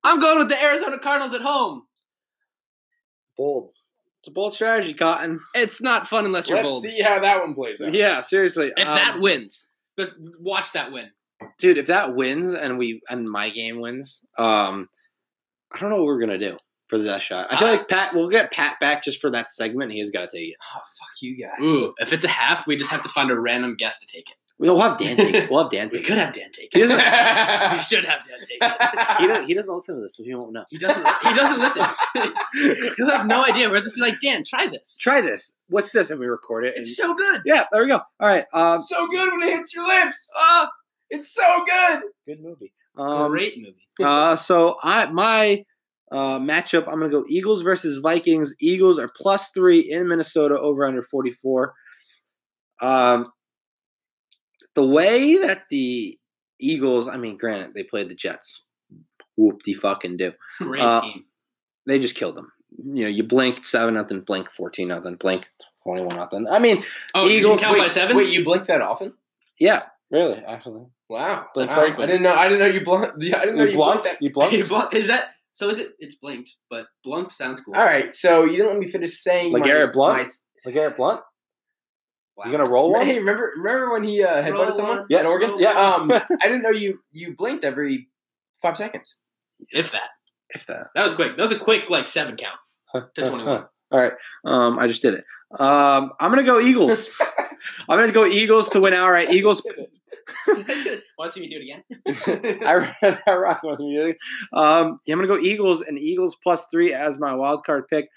B: I'm going with the Arizona Cardinals at home.
A: Bold. It's a bold strategy, Cotton.
B: It's not fun unless you're
C: Let's
B: bold.
C: see how that one plays out.
A: Yeah, seriously.
B: If
A: Um,
B: that wins, just watch that win.
A: dude, if that wins and we and my game wins, um, I don't know what we're gonna do for that shot. I feel
B: I-
A: like Pat. We'll get Pat back just for that segment. He's got to take it.
C: Oh, fuck you guys.
B: Ooh, if it's a half, we just have to find a random guest to take it.
A: We'll have Dan take it. We'll have Dan
B: We
A: take
B: could
A: it.
B: have Dan take
A: He
B: it.
A: doesn't.
B: We should have Dan take it.
A: He, don't- he doesn't listen to this, so he won't know.
B: He doesn't. He doesn't listen. He'll have no idea. We're just be like, Dan, try this.
A: Try this. What's this? And we record it. and-
B: It's so good.
A: yeah, there we go. All right. Um,
C: It's so good when it hits your lips. Oh, it's so good.
A: good movie. Um,
B: Great movie.
A: Uh, so I my uh, matchup, I'm gonna go Eagles versus Vikings. Eagles are plus three in Minnesota, over under 44. Um, the way that the Eagles, I mean, granted they played the Jets, whoop de fucking do.
B: Great
A: uh,
B: team.
A: They just killed them. You know, you blinked seven nothing, blink fourteen nothing, blink twenty one nothing. I mean,
B: Oh, you
A: Eagles-
B: can count by sevens.
C: Wait, you blink that often?
A: yeah, really, actually,
C: Wow,
A: That's
C: Wow.
A: frequent.
C: I didn't know. I didn't know you blunt. Yeah, I didn't know you blunt that.
A: you blunked,
B: You blunk- is that so? Is it? It's blinked, but blunk sounds cool.
C: All right, so you didn't let me finish saying.
A: Like
C: my-
A: Garrett Blunt?
C: my-
A: like Garrett Blunt.
B: Wow.
A: You gonna roll one?
C: Hey, remember remember when he uh,
B: Roll
C: headbutted someone
B: one.
A: Yes.
C: at Oregon?
B: Roll
A: Yeah.
C: Um, I didn't know you you blinked every five seconds.
B: If that.
A: if that.
B: That was quick. That was a quick like seven count. to 21.
A: All right. Um, I just did it. Um, I'm gonna go Eagles. I'm gonna go Eagles to win outright. Eagles.
B: Want to see me do it again?
A: I read that wrong. wasn't it? Um, yeah, I'm gonna go Eagles and Eagles plus three as my wild card pick.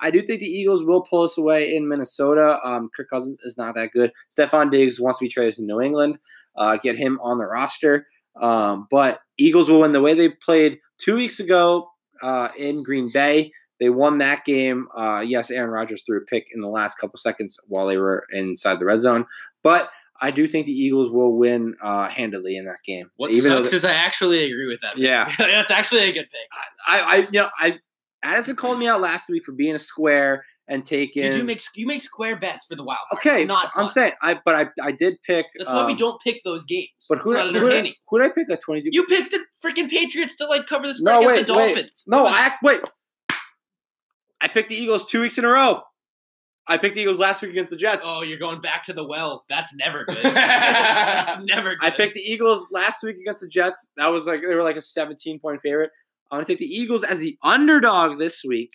A: I do think the Eagles will pull us away in Minnesota. Um, Kirk Cousins is not that good. Stephon Diggs wants to be traded to New England. Uh, get him on the roster. Um, but Eagles will win the way they played two weeks ago uh, in Green Bay. They won that game. Uh, yes, Aaron Rodgers threw a pick in the last couple seconds while they were inside the red zone. But I do think the Eagles will win uh, handily in that game.
B: What
A: Even though
B: sucks
A: the-
B: is I actually agree with that.
A: yeah,
B: That's actually a good pick.
A: I, I, you know, I Addison called me out last week for being a square and taking.
B: You do make you make square bets for the wild. Card.
A: okay.
B: it's not fun.
A: I'm saying I, but I, I did pick.
B: That's why we
A: um,
B: don't pick those games.
A: But who,
B: it's not
A: who, who,
B: entertaining.
A: did- who did I pick at twenty two?
B: You picked the freaking Patriots to like cover the spread
A: No,
B: against the
A: wait, wait.
B: Dolphins.
A: No, I act- wait. I picked the Eagles two weeks in a row. I picked the Eagles last week against the Jets.
B: Oh, you're going back to the well. That's never good. That's never good.
A: I picked the Eagles last week against the Jets. That was like they were like a 17 point favorite. I'm gonna take the Eagles as the underdog this week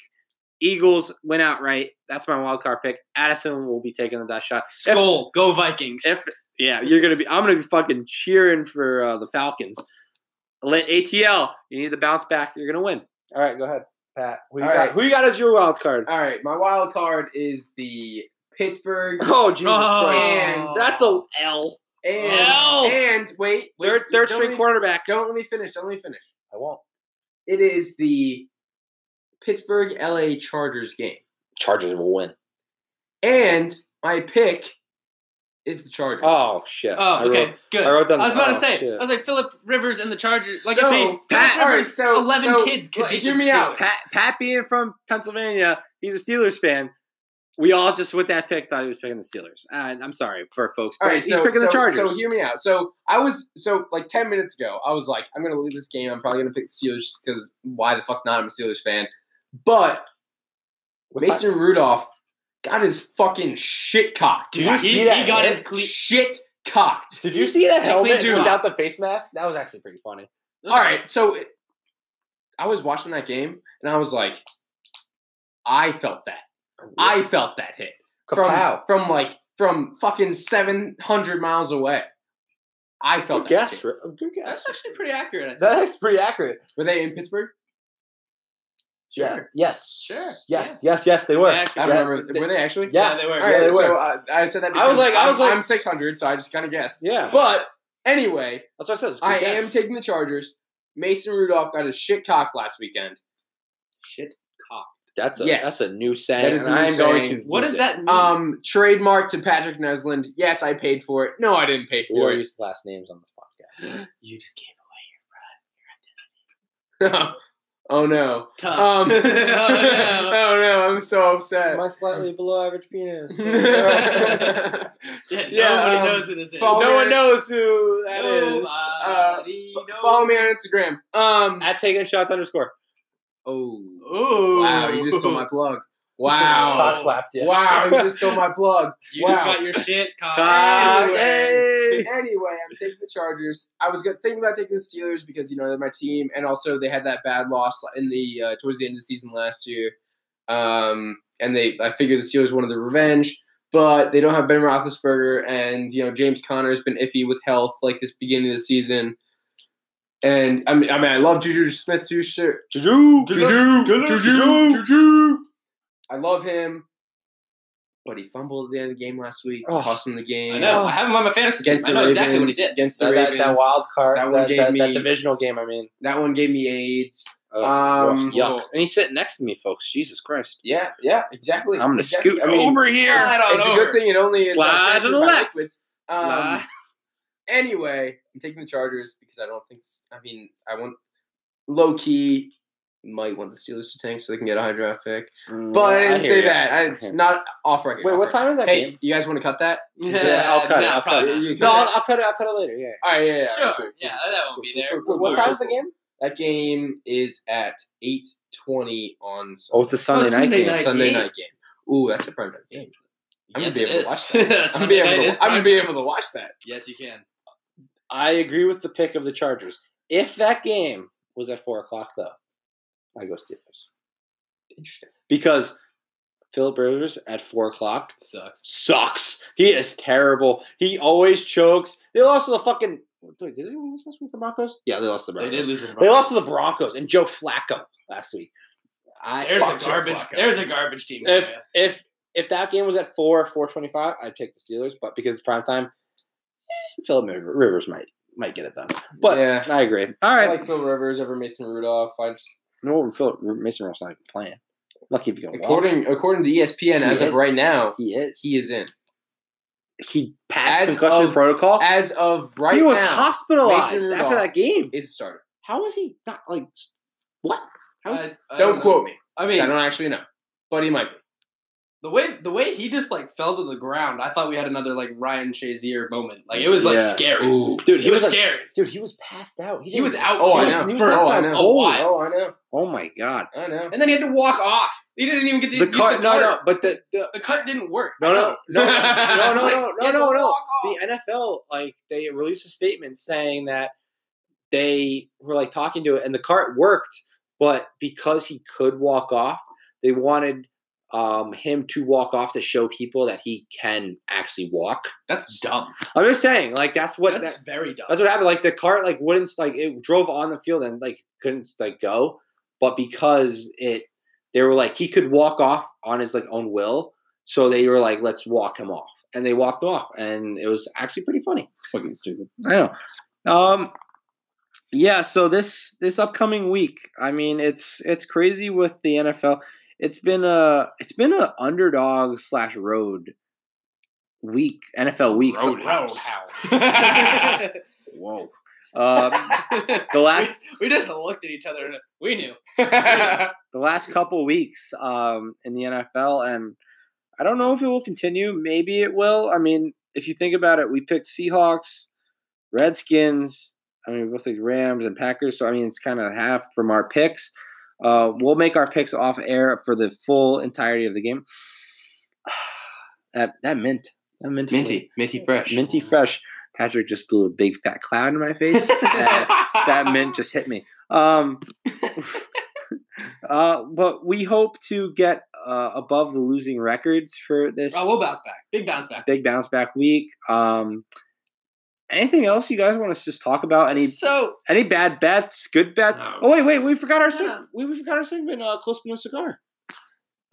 A: Eagles win outright. That's my wild card pick. Addison will be taking that shot. If-
B: Skull, go Vikings.
A: if yeah, you're gonna be. I'm gonna be fucking cheering for uh, the Falcons. Let ATL. You need to bounce back. You're gonna win. All right, go ahead, Pat. Who you
C: All
A: got?
C: right.
A: Who you got as your wild card?
C: All right, my wild card is the Pittsburgh
A: Oh Jesus
B: Oh.
A: Christ! That's a L.
C: and
B: No.
C: and wait, wait
A: Third, third
C: don't
A: string
C: let me-
A: quarterback.
C: Don't let me finish. Don't let me finish.
A: I won't.
C: It is the Pittsburgh LA Chargers game,
A: Chargers will win.
C: and my pick is the Chargers.
A: Oh shit!
B: oh,
A: I
B: okay,
A: wrote,
B: good.
A: I wrote down.
B: I was about to
A: oh,
B: say,
A: shit.
B: I was like Philip Rivers and the Chargers. Like,
C: So,
B: see, Pat,
C: Pat-
B: Rivers,
C: all right, so-
B: eleven
C: so,
B: kids could
C: look,
B: beat
C: hear
B: the
C: me out.
B: Steelers.
A: Pat, Pat being from Pennsylvania, he's a Steelers fan. We all just with that pick thought he was picking the Steelers. Uh, And I'm sorry for folks, but
C: All right,
A: he's
C: so,
A: picking
C: so,
A: the Chargers.
C: so hear me out. So I was so like ten minutes ago, I was like, I'm gonna leave this game. I'm probably gonna pick the Steelers because why the fuck not? I'm a Steelers fan. But Mason Rudolph got his fucking shit cocked.
A: Did you
B: he,
A: see
B: he
A: that
B: got
A: hit?
B: his cleat.
C: Shit cocked.
A: Did you see that
B: Technically
A: helmet
B: do.
A: without the face mask? That was actually pretty funny.
C: All right, so it- I was watching that game and I was like, I felt that. I felt that hit from
A: Kapow.
C: from like from fucking seven hundred miles away. I felt
A: Good
C: that
A: guess.
C: hit.
A: Ri- Good guess.
B: that's actually pretty accurate. I think.
A: That is pretty accurate.
C: Were they in Pittsburgh?
A: Yeah.
B: Sure.
A: Yes.
B: Sure.
A: Yes. Yes. Yes. They were.
B: Yeah,
C: I
B: actually,
C: don't
A: Yeah.
C: remember. Were they actually?
A: Yeah.
B: they were.
C: All right,
A: Yeah, they
C: so uh, I said that.
A: I was like-
C: because
A: I
C: I'm-
A: was like-
C: I'm 600, so I just kind of guessed.
A: Yeah.
C: But anyway,
A: That's what I said. It's a good
C: I
A: guess.
C: am taking the Chargers. Mason Rudolph got his shit cocked last weekend.
B: Shit.
A: that's a
C: Yes.
A: that's a new saying.
C: That is a
A: and
C: new
A: I am going to.
C: saying.
B: What
A: use
B: does
A: it.
B: that mean?
C: Um, trademark to Patrick Nesland. Yes, I paid for it. No, I didn't pay
A: We
C: for
A: will
C: it.
A: use last names on this podcast.
B: you just gave
C: oh no.
B: it. Tough.
C: Um,
B: oh
C: oh
B: no.
C: no, I'm so upset.
A: My slightly below average penis.
B: Yeah,
C: Yeah,
B: nobody
C: um,
B: knows who this is.
C: follow-
A: no one knows who that is.
B: uh,
A: uh,
B: Nobody
C: F- Follow me on
B: knows.
C: Instagram. Um.
A: At taking shots underscore.
C: Oh.
B: Ooh.
C: Wow, you just stole my plug. Wow.
A: Cock slapped you.
C: Wow, you just stole my plug.
B: You just
C: Wow.
B: got your shit cocked.
A: Cock-
B: Anyway.
A: hey.
C: anyway, I'm taking the Chargers. I was go- thinking about taking the Steelers because you know they're my team, and also they had that bad loss in the uh, towards the end of the season last year. Um, and they, I figured the Steelers wanted the revenge, but they don't have Ben Roethlisberger, and you know James Conner has been iffy with health like this beginning of the season. And I mean, I mean, I love Juju Smith Schuster.
A: Juju,
C: Juju,
A: Juju,
C: Juju,
A: Juju, Juju.
C: I love him, but he fumbled at the end of the game last week,
A: Oh,
C: cost him the game.
B: I know. I have him on my fantasy team.
C: Against
B: I
C: the
B: know
C: Ravens,
B: exactly what he did.
C: against the
A: That, that,
C: Ravens,
A: that wild card,
C: That
A: that,
C: one
A: that,
C: gave
A: that,
C: me-
A: divisional game. I mean,
C: That one gave me AIDS.
A: Ugh,
C: Um,
A: yuck. yuck. And he's sitting next to me, folks. Jesus Christ!
C: Yeah, yeah, exactly.
A: I'm gonna
C: exactly.
A: scoot
C: I mean,
A: over here.
B: Slide on
C: It's a
B: over.
C: good thing it only is
A: Slide
C: uh,
A: to
C: censored
A: the
C: by
A: left.
C: liquids. Um,
A: Slide.
C: anyway, I'm taking the Chargers because I don't think. s- I mean, I want low key might want the Steelers to tank so they can get a high draft pick.
A: Mm,
C: But I didn't
A: hear
C: say
A: ya.
C: that. I, it's
A: hear ya.
C: not off record.
A: Wait,
C: off
A: what
C: record.
A: time is that
C: Hey,
A: game?
C: you guys want to cut that?
A: Yeah, I'll cut it,
B: Nah,
A: I'll cut
B: probably
A: it.
B: not.
C: You
A: No, I'll,
C: cut
A: I'll cut it. I'll cut it later. Yeah.
C: that? All right, yeah, yeah, all right,
B: Sure.
C: cool,
B: Yeah,
C: cool.
B: that won't be there.
C: Cool, cool,
A: What
C: cool,
A: time
C: cool,
A: is the
C: cool.
A: game?
C: That game is at eight twenty on Sunday,
A: Oh, it's a Sunday,
B: Sunday
A: night game.
B: night.
C: Sunday
B: game.
C: night game. Ooh, that's a prime time game. I'm gonna
B: yes,
C: be
B: it
C: able to
B: is.
C: watch I'm gonna,
B: Sunday
C: be able,
B: night
C: to,
B: is
C: I'm gonna
B: prime
C: be
B: time.
C: able to watch that.
B: Yes, you can.
A: I agree with the pick of the Chargers. If that game was at four o'clock, though, I go Steelers
C: Interesting.
A: because Philip Rivers at four o'clock
B: Sucks.
A: sucks. He is terrible. He always chokes. They lost to the fucking. Wait, did they lose last week to the Broncos? Yeah, they lost to the
B: They
A: Broncos. They,
B: did lose to the
A: lost to the Broncos and Joe Flacco last week. I
B: There's
A: fuck
B: a
A: Joe
B: garbage.
A: Flacco.
B: There's a garbage team.
A: If if if that game was at four four twenty five, I'd pick the Steelers. But because it's prime time, eh, Philip Rivers might might get it done. But
C: yeah,
A: I agree. All
C: I
A: right,
C: like Phil Rivers over Mason Rudolph. I just
A: no, Philip Mason Rudolph's not even playing. Lucky if you go.
C: according according to E ESPN
A: He
C: as of
A: is.
C: right now,
A: he is. He
C: he is in.
A: he passed
C: As
A: concussion
C: of-
A: protocol.
C: As of right
A: he was
C: now,
A: hospitalized
C: Mason
A: after that game.
C: is a starter.
A: How was he not like s- what? How
B: Uh,
A: is-
C: Don't quote me.
B: I
C: 'cause I
B: mean,
C: don't actually know, but he might be.
B: the way the way he just like fell to the ground, I thought we had another like Ryan Shazier moment. Like it was like
A: Yeah.
B: scary.
A: dude,
B: It was
A: like-
B: scary.
A: dude, he was passed out.
B: He was
A: didn't-
B: out
C: Oh, I
B: cold
C: know.
B: for
C: Oh, I
B: a
C: know.
B: while,
C: Oh, I know.
A: Oh my god.
C: I know.
B: and then he had to walk off. He didn't even get to
A: The
B: use
A: cart,
B: The
A: no,
B: cart.
A: no, but the, the
B: The cut didn't work.
A: No, no, no, no, no,
B: Like,
A: no,
B: he had
A: no,
B: to
A: no, no.
B: walk off.
A: The NFL, like, they released a statement saying that they were like talking to it, and the cart worked, but because he could walk off,
D: They wanted um, him to walk off to show people that he can actually walk.
B: That's dumb.
D: I'm just saying, like that's what
B: That's
D: that-
B: very dumb.
D: that's what happened. Like the cart, like wouldn't like it drove on the field and like couldn't like go, but because it, they were like he could walk off on his like own will. So they were like, let's walk him off, and they walked off, and it was actually pretty funny.
C: It's fucking stupid.
A: I know. Um, yeah. So this this upcoming week, I mean, it's it's crazy with the NFL. It's been a it's been a underdog slash road week NFL week. So-
C: Roadhouse.
A: Whoa.
D: Uh,
A: Um, the last
B: we just looked at each other and we knew.
A: the last couple weeks um, in the NFL, and I don't know if it will continue. Maybe it will. I mean, if you think about it, we picked Seahawks, Redskins. I mean, we both picked Rams and Packers. So I mean, it's kind of half from our picks. Uh, we'll make our picks off air for the full entirety of the game. that that mint, that mint,
C: minty, minty fresh.
A: minty fresh. Patrick just blew a big fat cloud in my face. That- that mint just hit me. Um, uh, but we hope to get uh, above the losing records for this
B: Oh, we'll bounce back. Big bounce back.
A: big bounce back week. Um, anything else you guys want us to just talk about? Any
B: so
A: any bad bets? Good bets?
C: No.
A: Oh wait, wait, we forgot our seg-
B: Yeah.
A: we, we forgot our segment. Uh, close but no cigar.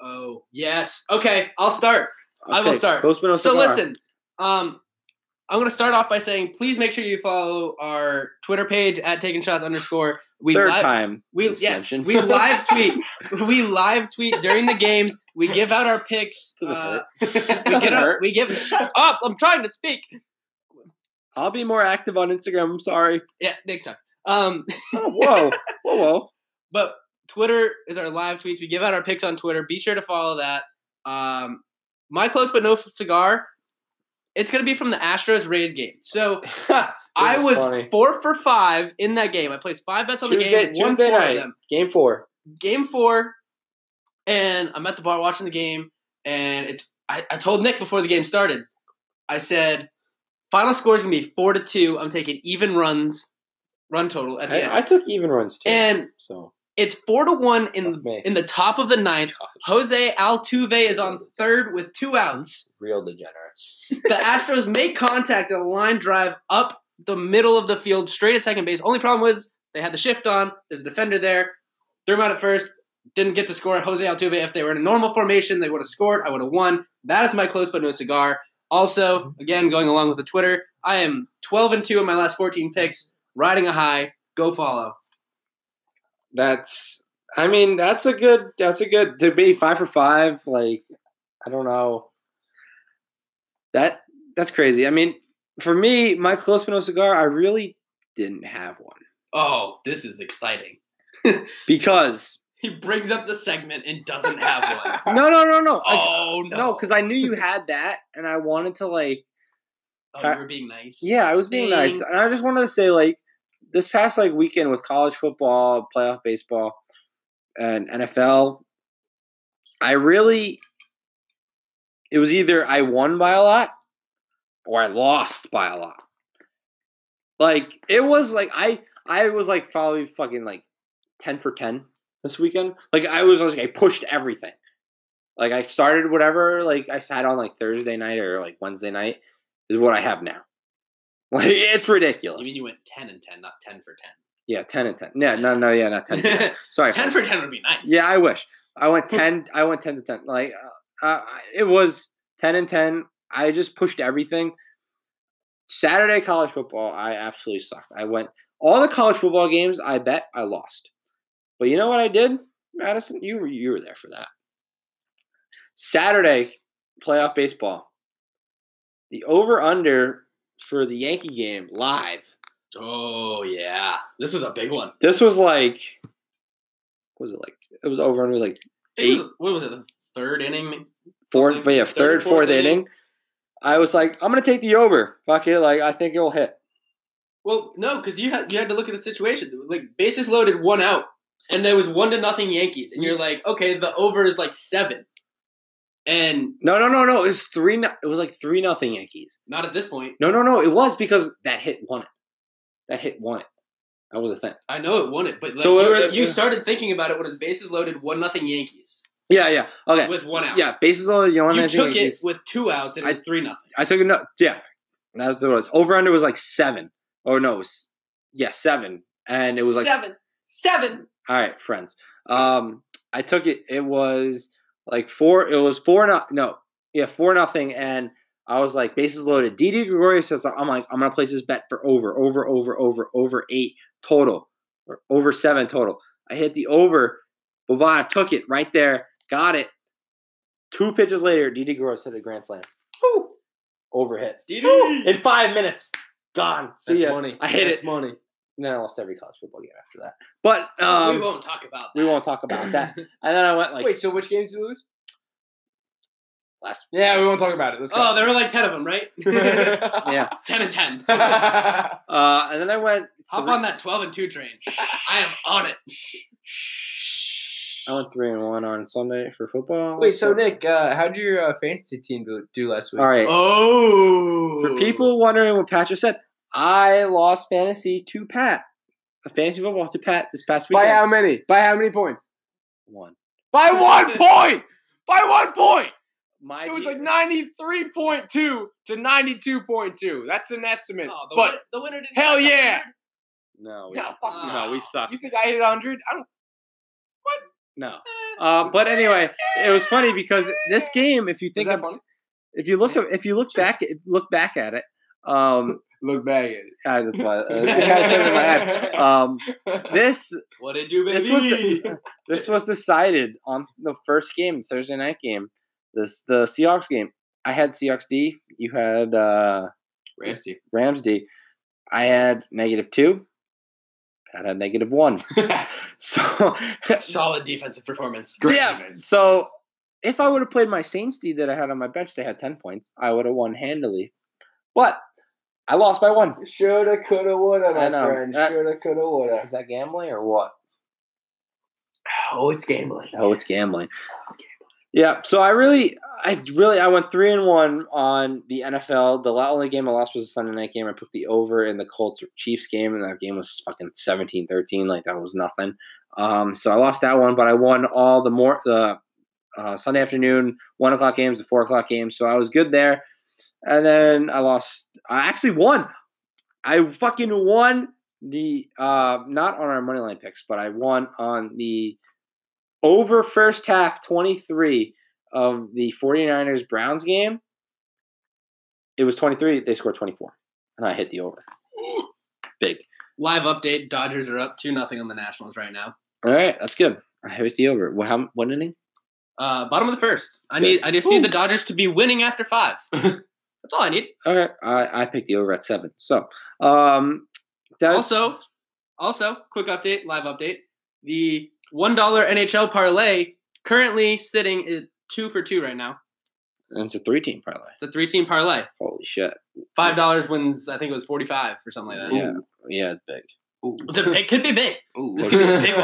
B: Oh yes. Okay, I'll start. I will
A: Okay,
B: start.
A: Close but no
B: so
A: cigar.
B: listen, um, I'm gonna start off by saying please make sure you follow our Twitter page at Taking Shots underscore. We
A: Third
B: li-
A: time.
B: We
A: this
B: yes,
A: mention.
B: we live tweet. we live tweet during the games. We give out our picks.
A: Doesn't
B: uh,
A: hurt.
B: We,
A: Doesn't
B: get our,
A: hurt.
B: we give. Shut up! I'm trying to speak.
A: I'll be more active on Instagram. I'm sorry.
B: Yeah, Nick sucks. Um,
A: Oh, whoa, whoa, whoa.
B: but Twitter is our live tweets. We give out our picks on Twitter. Be sure to follow that. Um, my close but no cigar. It's gonna be from the Astros Rays game. So I
A: is
B: was
A: funny.
B: four for five in that game. I placed five bets on
A: Tuesday,
B: the game. won
A: Tuesday
B: four of
A: night,
B: them.
A: game four.
B: game four, and I'm at the bar watching the game, and it's I, I told Nick before the game started, I said, final score is gonna be four to two. I'm taking even runs, run total at the end.
A: I, I took even runs too.
B: and
A: so
B: it's four to one in
A: Fuck me.
B: in the top of the ninth. Jose Altuve is on third with two outs.
D: Real degenerates.
B: The Astros make contact on a line drive up the middle of the field, straight at second base. Only problem was they had the shift on. There's a defender there. Threw him out at first. Didn't get to score. Jose Altuve. If they were in a normal formation, they would have scored. I would have won. That is my close but no cigar. Also, again, going along with the Twitter, I am 12 and two in my last 14 picks. Riding a high. Go follow.
A: that's I mean that's a good that's a good to be five for five. Like I don't know that that's crazy. I mean for me, my close but no cigar, I really didn't have one
B: Oh, this is exciting.
A: because
B: He brings up the segment and doesn't have one.
A: no no no no I,
B: Oh no!
A: no because I knew you had that and I wanted to like
B: oh, you were being nice.
A: yeah I was being nice and I
B: Thanks.
A: just wanted to say like this past like weekend with college football, playoff baseball, and NFL, I really it was either I won by a lot or I lost by a lot. Like it was like I I was like probably fucking like ten for ten this weekend. Like I was like I pushed everything. Like I started whatever like I had on like Thursday night or like Wednesday night is what I have now. Like it's ridiculous.
B: You mean you went ten and ten, not ten for ten?
A: Yeah, ten and ten. Yeah, no, no, yeah, not ten. To 10. Sorry,
B: ten
A: folks.
B: for ten would be nice.
A: Yeah, I wish I went ten. I went ten to ten. Like uh, uh, it was ten and ten. I just pushed everything. Saturday college football, I absolutely sucked. I went all the college football games. I bet I lost, but you know what I did, Madison? You were you were there for that. Saturday playoff baseball. The over under for the Yankee game live
B: Oh yeah, this is a big one.
A: This was like, what was it like? It was over under like
B: It was- what was it? The third inning?
A: fourth, yeah,
B: Third,
A: third,
B: fourth
A: fourth
B: inning.
A: inning. I was like, I'm gonna take the over. Fuck it, like I think it'll hit.
B: Well, no, because you had you had to look at the situation. Like bases loaded, one out, and there was one to nothing Yankees, and you're
A: Mm.
B: like, okay, the over is like seven, and
A: No, no, no, no. It was three. no- It was like three nothing Yankees.
B: not at this point.
A: No, no, no. It was because that hit won it. That hit won it. That was a thing.
B: I know it won it, but like
A: So
B: you,
A: it-
B: were,
A: it-
B: you
A: it-
B: started thinking about it when his bases loaded, one nothing Yankees.
A: Yeah, yeah. Okay.
B: with one out.
A: Yeah, bases loaded. You know,
B: you
A: I think
B: took it
A: was-
B: with two outs and it
A: I-
B: was three nothing.
A: I took a note. Yeah, that's what it was. Over under was like seven. Oh no, it was, yeah, seven. And it was like
B: seven, seven.
A: all right, friends. Um, I took it. It was like four. It was four. Not no. Yeah, four nothing. And I was like bases loaded. DD Gregorius. So I'm like I'm gonna place this bet for over, over, over, over, over eight total, or over seven total. I hit the over. Bavada took it right there. Got it. Two pitches later, DD Gregorius hit a grand slam. Woo! Over hit in five minutes. Gone. See
C: That's
A: ya.
C: money.
A: I hit
C: That's
A: it.
C: money.
A: And then I lost every college football game after that. But um,
B: we won't talk about that.
A: we won't talk about that. And then I went like
C: Wait, so which games did you lose?
A: last.
C: Yeah, we won't talk about it. Let's
B: Oh,
C: go.
B: there were like ten of them, right? ten
C: Oh,
A: Yeah.
B: to ten. Hop
C: yeah.
A: Uh, and then I went. three-
B: on that twelve and two train. I am on it.
A: I went three and one on Sunday for football.
C: Wait, so Nick, uh, how'd your uh, fantasy team do, do last week?
A: all right.
B: Oh,
A: For people wondering what Pat just said, I lost fantasy to Pat. A fantasy football to Pat this past
C: By
A: weekend.
C: how many? By how many points?
A: one.
C: By one point. By one point.
A: My
C: It was
A: de-
C: like ninety three point two to ninety two point two. That's an estimate.
B: Oh, the,
C: but
B: win- the winner didn't.
C: hell
B: have that
C: yeah.
B: winner.
A: no, we,
C: no, fuck you.
B: Uh,
A: no, we suck.
C: You think I hit hundred? I don't.
A: No. Uh, but anyway, it was funny because this game, if you think,
C: Think that
A: ab-
C: funny?
A: if you look, if you look back, look back at it. Um,
C: Look back at it.
A: ah, that's why uh, I kind of said it in my head. Um, this
B: What did you
A: This was
B: baby?
A: this was decided on the first game, Thursday night game, this the Seahawks game. I had Seahawks D. You had uh,
C: Ramsey.
A: Rams D. I had negative two. Pat had negative one. So
B: Solid defensive performance.
C: Great
A: yeah.
C: defense.
A: So if I would have played my Saints D that I had on my bench, they had ten points. I would have won handily, but I lost by one.
C: Shoulda, coulda, woulda,
A: I
C: my
A: know.
C: friend.
A: That-
C: Shoulda, coulda, woulda.
A: Is that gambling or what?
C: Oh, it's gambling.
A: Oh, it's gambling. Yeah, so I really, I really, I went three and one on the NFL. The la- only game I lost was a Sunday night game. I put the over in the Colts Chiefs game, and that game was fucking 17-13. Like that was nothing. Um, so I lost that one, but I won all the more the uh, Sunday afternoon one o'clock games, the four o'clock games. So I was good there. And then I lost. I actually won. I fucking won the uh, not on our money line picks, but I won on the over first half 23 of the 49ers Browns game. It was 23, they scored 24. And I hit the over. Big.
B: Live update: Dodgers are up two nothing on the Nationals right now.
A: All right, that's good. I hit the over. Well, how, what inning?
B: Uh, bottom of the first. I need. I just need the Dodgers to be winning after five. That's all I need.
A: All right, I, I picked the over at seven. So, um, that's,
B: Also, also, quick update, live update. The one dollar NHL parlay currently sitting at two for two right now.
A: and it's a three team parlay.
B: It's a three team parlay.
A: Holy shit.
B: Five dollars wins. I think it was forty five or something like that.
A: Yeah, yeah, it's big.
B: So it could be big.
A: Ooh,
B: This could be a big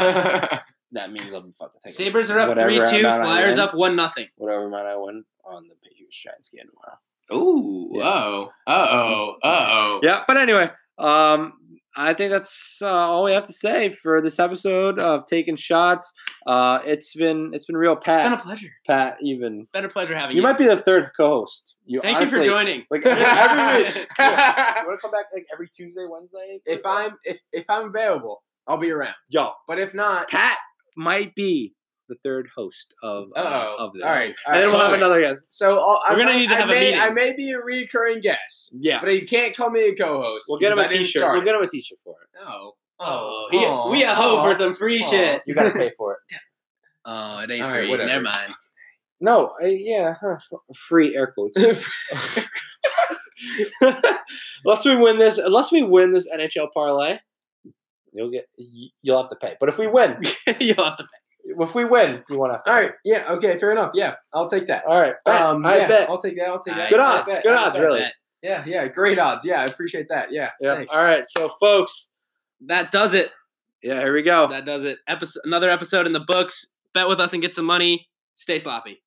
A: that means I'm fucking taking
B: Sabers are up
A: whatever
B: three two.
A: amount I
B: Flyers
A: win,
B: up one nothing.
A: Whatever amount I win on the Patriots Giants game tomorrow.
C: Ooh.
A: Yeah.
C: Uh-oh. Uh-oh. Uh-oh.
A: yeah but anyway um i think that's uh, all we have to say for this episode of taking shots uh it's been it's been real
B: It's
A: pat
B: been a pleasure.
A: pat even
B: Been a pleasure
C: Uh,
B: having you.
A: you might be the third co-host you
B: Thank
A: honestly,
B: you for joining.
A: like every week you want to come back like every tuesday wednesday
C: if I'm if, if I'm available, I'll be around.
A: yo
C: But if not,
A: pat might be the third host of uh,
C: uh-oh.
A: of this
C: All right. all
A: and then
C: right,
A: we'll have
C: fine.
A: another guest
C: So I'll,
B: We're
C: I
B: gonna
C: might-
B: need to
C: I
B: have a
C: may,
B: meeting.
C: I may be a recurring guest,
A: yeah
C: but you can't call me a co-host.
A: we'll get him a
C: because I didn't
A: t-shirt
C: start
A: we'll
C: it.
A: get him a t-shirt for it
C: Oh.
B: Oh,
C: yeah.
B: we- we a hoe for some free shit.
A: you gotta pay for it
B: Oh, it ain't
C: All right,
B: free.
C: whatever.
B: Never mind.
A: no I, yeah huh, free air quotes unless we win this, unless we win this NHL parlay, you'll get y- you'll have to pay. But if we win,
B: You'll have to.
A: if we win, you won't have to.
C: All right. Yeah. Okay. Fair enough. Yeah. I'll take that.
A: all right. Bet.
C: Um,
A: I
C: yeah,
A: bet.
C: I'll take that. I'll take
B: All
C: that.
B: right. Good
C: I
A: odds,
C: bet,
A: good
C: I
A: odds,
C: bet.
A: really.
B: That,
C: Yeah. Yeah. Great odds. Yeah. I appreciate that. Yeah.
A: Yeah.
C: thanks.
A: All right. So, folks.
B: that does it.
A: Yeah. Here we go.
B: That does it. Episode, another episode in the books. Bet with us and get some money. Stay sloppy.